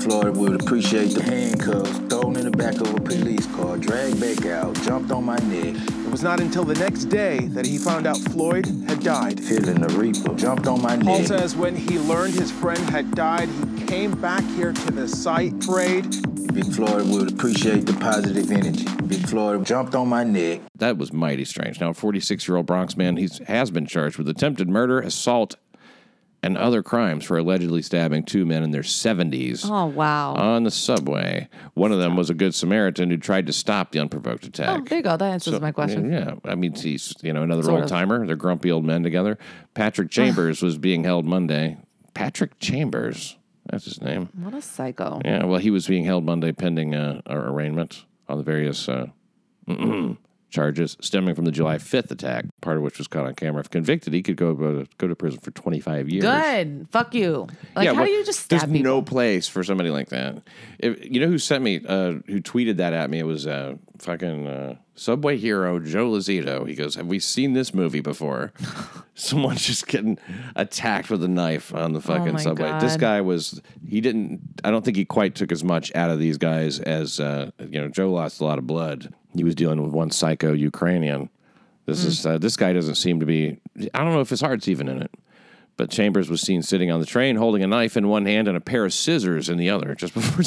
Speaker 9: Floyd would appreciate the handcuffs, thrown in the back of a police car, dragged back out, jumped on my neck.
Speaker 10: It was not until the next day that he found out Floyd had died.
Speaker 9: Feeling the reaper, jumped on my
Speaker 10: Paul
Speaker 9: neck.
Speaker 10: says when he learned his friend had died, he came back here to the site, prayed.
Speaker 9: Big Floyd would appreciate the positive energy. Big Floyd jumped on my neck.
Speaker 1: That was mighty strange. Now, a 46 year old Bronx man he's, has been charged with attempted murder, assault, and other crimes for allegedly stabbing two men in their 70s
Speaker 2: Oh wow.
Speaker 1: on the subway. One of them was a good Samaritan who tried to stop the unprovoked
Speaker 2: oh,
Speaker 1: attack.
Speaker 2: there you go. That answers my question.
Speaker 1: Yeah, I mean he's you know another
Speaker 2: Sort of.
Speaker 1: old timer. They're grumpy old men together. Patrick Chambers was being held Monday. Patrick Chambers, that's his name.
Speaker 2: What a psycho.
Speaker 1: mm-hmm. Yeah, well, he was being held Monday pending uh, ar- arraignment on the various uh, charges stemming from the July 5th attack, part of which was caught on camera. If convicted, he could go go to, go to prison for 25 years.
Speaker 2: Good. Fuck you. Like, how
Speaker 1: well,
Speaker 2: do you just stab
Speaker 1: There's
Speaker 2: people?
Speaker 1: no place for somebody like that. If, you know who sent me, uh, who tweeted that at me? It was uh, fucking uh, Subway hero Joe Lazito. He goes, "Have we seen this movie before?" Someone's just getting attacked with a knife on the fucking
Speaker 2: Oh my
Speaker 1: subway. This
Speaker 2: God.
Speaker 1: guy was he didn't. I don't think he quite took as much out of these guys as uh, you know. Joe lost a lot of blood. He was dealing with one psycho Ukrainian. This is uh, this guy doesn't seem to be. I don't know if his heart's even in it. But Chambers was seen sitting on the train holding a knife in one hand and a pair of scissors in the other just before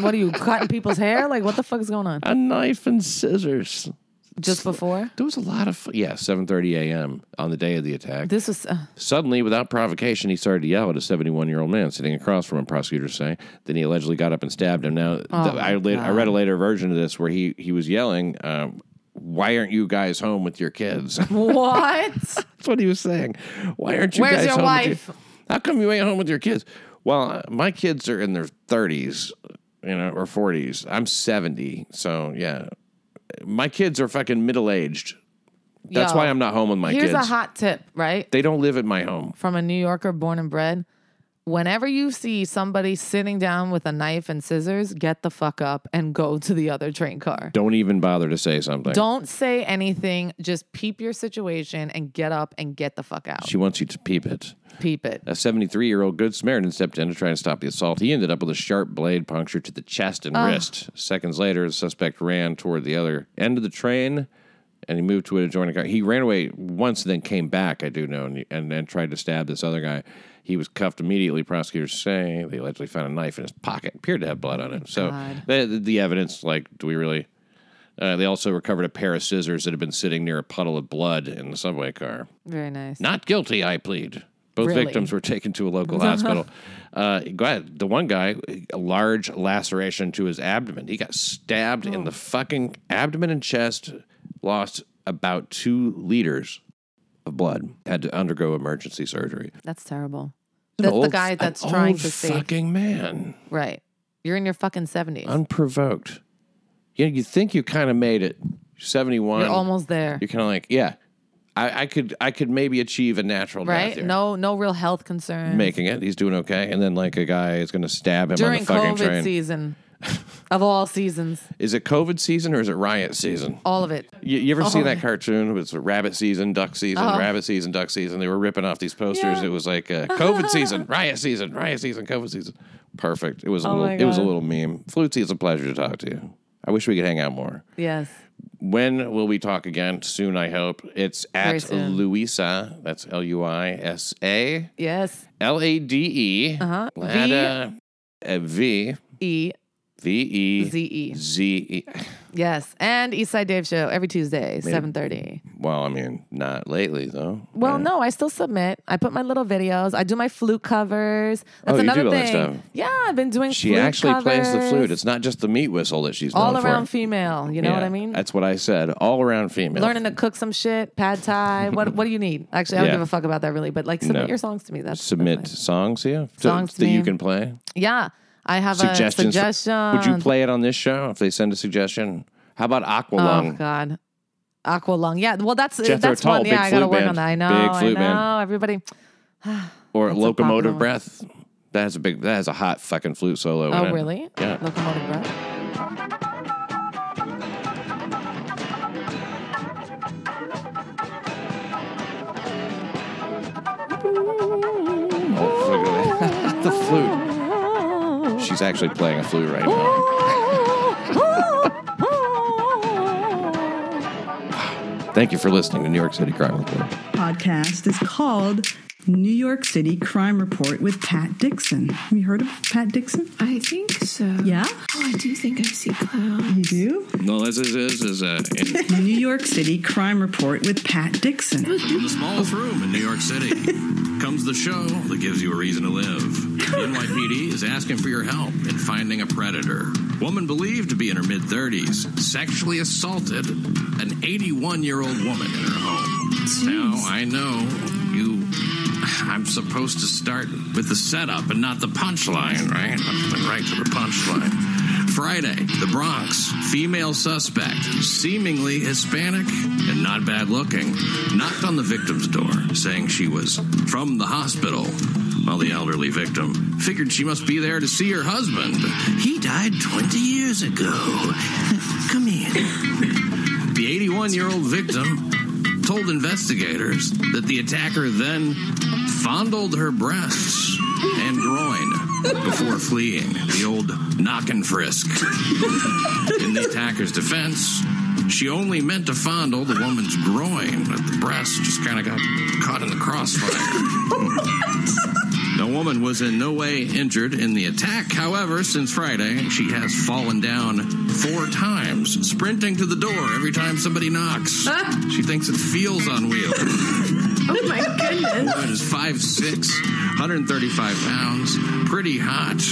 Speaker 2: What are you cutting people's hair? Like what the fuck is going on?
Speaker 1: a knife and scissors.
Speaker 2: Just before
Speaker 1: There was a lot of yeah, 7:30 a.m. on the day of the attack.
Speaker 2: this was. Uh,
Speaker 1: Suddenly, without provocation, he started to yell at a 71-year-old man sitting across from him, prosecutors say. Then he allegedly got up and stabbed him. Now,
Speaker 2: Oh,
Speaker 1: th- I, la- I read a later version of this where he he was yelling, um, "Why aren't you guys home with your kids?"
Speaker 2: what?
Speaker 1: That's what he was saying. Why aren't you
Speaker 2: Where's
Speaker 1: guys
Speaker 2: your
Speaker 1: home with
Speaker 2: wife?
Speaker 1: your- how come you ain't home with your kids? Well, uh, my kids are in their thirties, you know, or forties. I'm seventy, so yeah, my kids are fucking middle aged. That's
Speaker 2: Yo,
Speaker 1: why I'm not home with my
Speaker 2: Here's
Speaker 1: kids.
Speaker 2: a hot tip, right?
Speaker 1: they don't live at my home.
Speaker 2: From a New Yorker born and bred. Whenever you see somebody sitting down with a knife and scissors, get the fuck up and go to the other train car.
Speaker 1: Don't even bother to say something.
Speaker 2: Don't say anything. Just peep your situation and get up and get the fuck out.
Speaker 1: She wants you to peep it.
Speaker 2: Peep it.
Speaker 1: A 73 year old Good Samaritan stepped in to try and stop the assault. He ended up with a sharp blade puncture to the chest and wrist. Seconds later, the suspect ran toward the other end of the train and he moved to an adjoining car. He ran away once, then came back, I do know, and, and, and tried to stab this other guy. He was cuffed immediately, prosecutors say. They allegedly found a knife in his pocket, appeared to have blood on it. So the, the, the evidence, like, do we really. Uh, they also recovered a pair of scissors that had been sitting near a puddle of blood in the subway car.
Speaker 2: Very nice.
Speaker 1: Not guilty, I plead. Both
Speaker 2: Really? Uh-huh.
Speaker 1: victims were taken to a local hospital. Uh, go ahead. The one guy, a large laceration to his abdomen. He got stabbed
Speaker 2: Oh.
Speaker 1: in the fucking abdomen and chest, lost about two liters of blood, had to undergo emergency surgery.
Speaker 2: That's terrible.
Speaker 1: An
Speaker 2: That's the
Speaker 1: old-
Speaker 2: guy
Speaker 1: an
Speaker 2: that's trying
Speaker 1: old
Speaker 2: to save.
Speaker 1: fucking man,
Speaker 2: Right. You're in your fucking 70s.
Speaker 1: unprovoked. You, know, you think you kind of made it. You're 71.
Speaker 2: You're almost there.
Speaker 1: You're kind of like, yeah, I, I could I could maybe achieve a natural death
Speaker 2: Right?
Speaker 1: here.
Speaker 2: No no real health concerns.
Speaker 1: making it. He's doing okay. And then like a guy is going to stab him on
Speaker 2: During
Speaker 1: the fucking
Speaker 2: COVID
Speaker 1: train.
Speaker 2: season. of all seasons,
Speaker 1: Is it COVID season or is it riot season?
Speaker 2: all of it.
Speaker 1: You, you ever seen
Speaker 2: Oh.
Speaker 1: that cartoon? It's rabbit season, duck season,
Speaker 2: Uh-huh.
Speaker 1: rabbit season, duck season. They were ripping off these posters.
Speaker 2: Yeah.
Speaker 1: It was like uh, COVID season, riot season, riot season, COVID season. Perfect. It was a
Speaker 2: Oh my
Speaker 1: little. It was a
Speaker 2: God.
Speaker 1: little meme. Flutzy, it's a pleasure to talk to you. I wish we could hang out more.
Speaker 2: Yes.
Speaker 1: When will we talk again? Soon, I hope. It's
Speaker 2: Very
Speaker 1: at
Speaker 2: soon.
Speaker 1: Luisa. That's L U I S A
Speaker 2: Yes.
Speaker 1: L A D E.
Speaker 2: Uh-huh. V-
Speaker 1: Lada uh, V
Speaker 2: E
Speaker 1: V E
Speaker 2: Z E.
Speaker 1: Z E.
Speaker 2: Yes. And Eastside Dave Show every Tuesday, seven thirty.
Speaker 1: Well, I mean, not lately though.
Speaker 2: Well,
Speaker 1: Right?
Speaker 2: no, I still submit. I put my little videos. I do my flute covers.
Speaker 1: Oh,
Speaker 2: That's
Speaker 1: you
Speaker 2: another
Speaker 1: do all that
Speaker 2: thing.
Speaker 1: stuff.
Speaker 2: Yeah, I've been doing.
Speaker 1: She
Speaker 2: flute
Speaker 1: actually plays the
Speaker 2: covers.
Speaker 1: flute. It's not just the meat whistle that she's
Speaker 2: all
Speaker 1: known
Speaker 2: around
Speaker 1: For.
Speaker 2: female. You know what
Speaker 1: Yeah,
Speaker 2: I mean?
Speaker 1: That's what I said. All around female.
Speaker 2: Learning to cook some shit, pad thai. What What do you need? Actually, I don't
Speaker 1: Yeah.
Speaker 2: give a fuck about that really. But like, submit
Speaker 1: No.
Speaker 2: your songs to me. That's
Speaker 1: submit
Speaker 2: that's
Speaker 1: songs, yeah, to-
Speaker 2: Songs to
Speaker 1: that you
Speaker 2: me.
Speaker 1: can play.
Speaker 2: fine. Yeah, I have
Speaker 1: Suggestions.
Speaker 2: a suggestion.
Speaker 1: Would you play it on this show if they send a suggestion? How about
Speaker 2: Oh
Speaker 1: Aqualung?
Speaker 2: God, Aqualung. Yeah, well, that's
Speaker 1: Jethro
Speaker 2: that's
Speaker 1: Tull,
Speaker 2: one.
Speaker 1: big
Speaker 2: Yeah, I gotta
Speaker 1: flute
Speaker 2: work
Speaker 1: band.
Speaker 2: on that. I know.
Speaker 1: Big flute
Speaker 2: I know.
Speaker 1: band.
Speaker 2: Everybody.
Speaker 1: or
Speaker 2: that's a popular
Speaker 1: Locomotive
Speaker 2: one.
Speaker 1: Breath? That has a big. That has a hot fucking flute solo. in
Speaker 2: Oh
Speaker 1: it.
Speaker 2: really?
Speaker 1: Yeah.
Speaker 2: Locomotive breath.
Speaker 1: Oh, look at that. the flute. She's actually playing a flute right now. Thank you for listening to New York City Crime Report.
Speaker 11: podcast is called New York City Crime Report with Pat Dixon. Have you heard of Pat Dixon?
Speaker 12: I think so.
Speaker 11: Yeah?
Speaker 12: Oh, I do think I see clowns.
Speaker 11: You do?
Speaker 1: No, this is is is uh, a.
Speaker 11: New York City Crime Report with Pat Dixon.
Speaker 1: From the smallest room in New York City comes the show that gives you a reason to live. NYPD is asking for your help in finding a predator. Woman believed to be in her mid 30s sexually assaulted an 81 year old woman in her home. Now, I know you. I'm supposed to start with the setup and not the punchline, right? I went right to the punchline. Friday, the Bronx, female suspect, seemingly Hispanic and not bad looking, knocked on the victim's door saying she was from the hospital. While the elderly victim figured she must be there to see her husband. He died 20 years ago. Come in. The 81 year old victim told investigators that the attacker then fondled her breasts and groin before fleeing the old knock and frisk. In the attacker's defense, she only meant to fondle the woman's groin, but the breast just kind of got caught in the crossfire. The woman was in no way injured in the attack. However, since Friday, she has fallen down four times, sprinting to the door every time somebody knocks. She thinks it feels on wheels.
Speaker 12: Oh my goodness.
Speaker 1: Woman is 5'6, 135 pounds, pretty hot.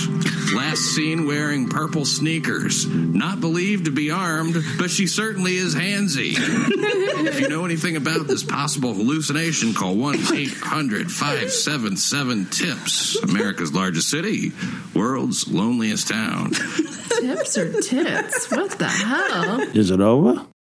Speaker 1: Last seen wearing purple sneakers. Not believed to be armed, but she certainly is handsy. if you know anything about this possible hallucination, call 1 800 577 TIPS. America's largest city, world's loneliest town.
Speaker 12: Tips or tits? What the hell?
Speaker 13: Is it over?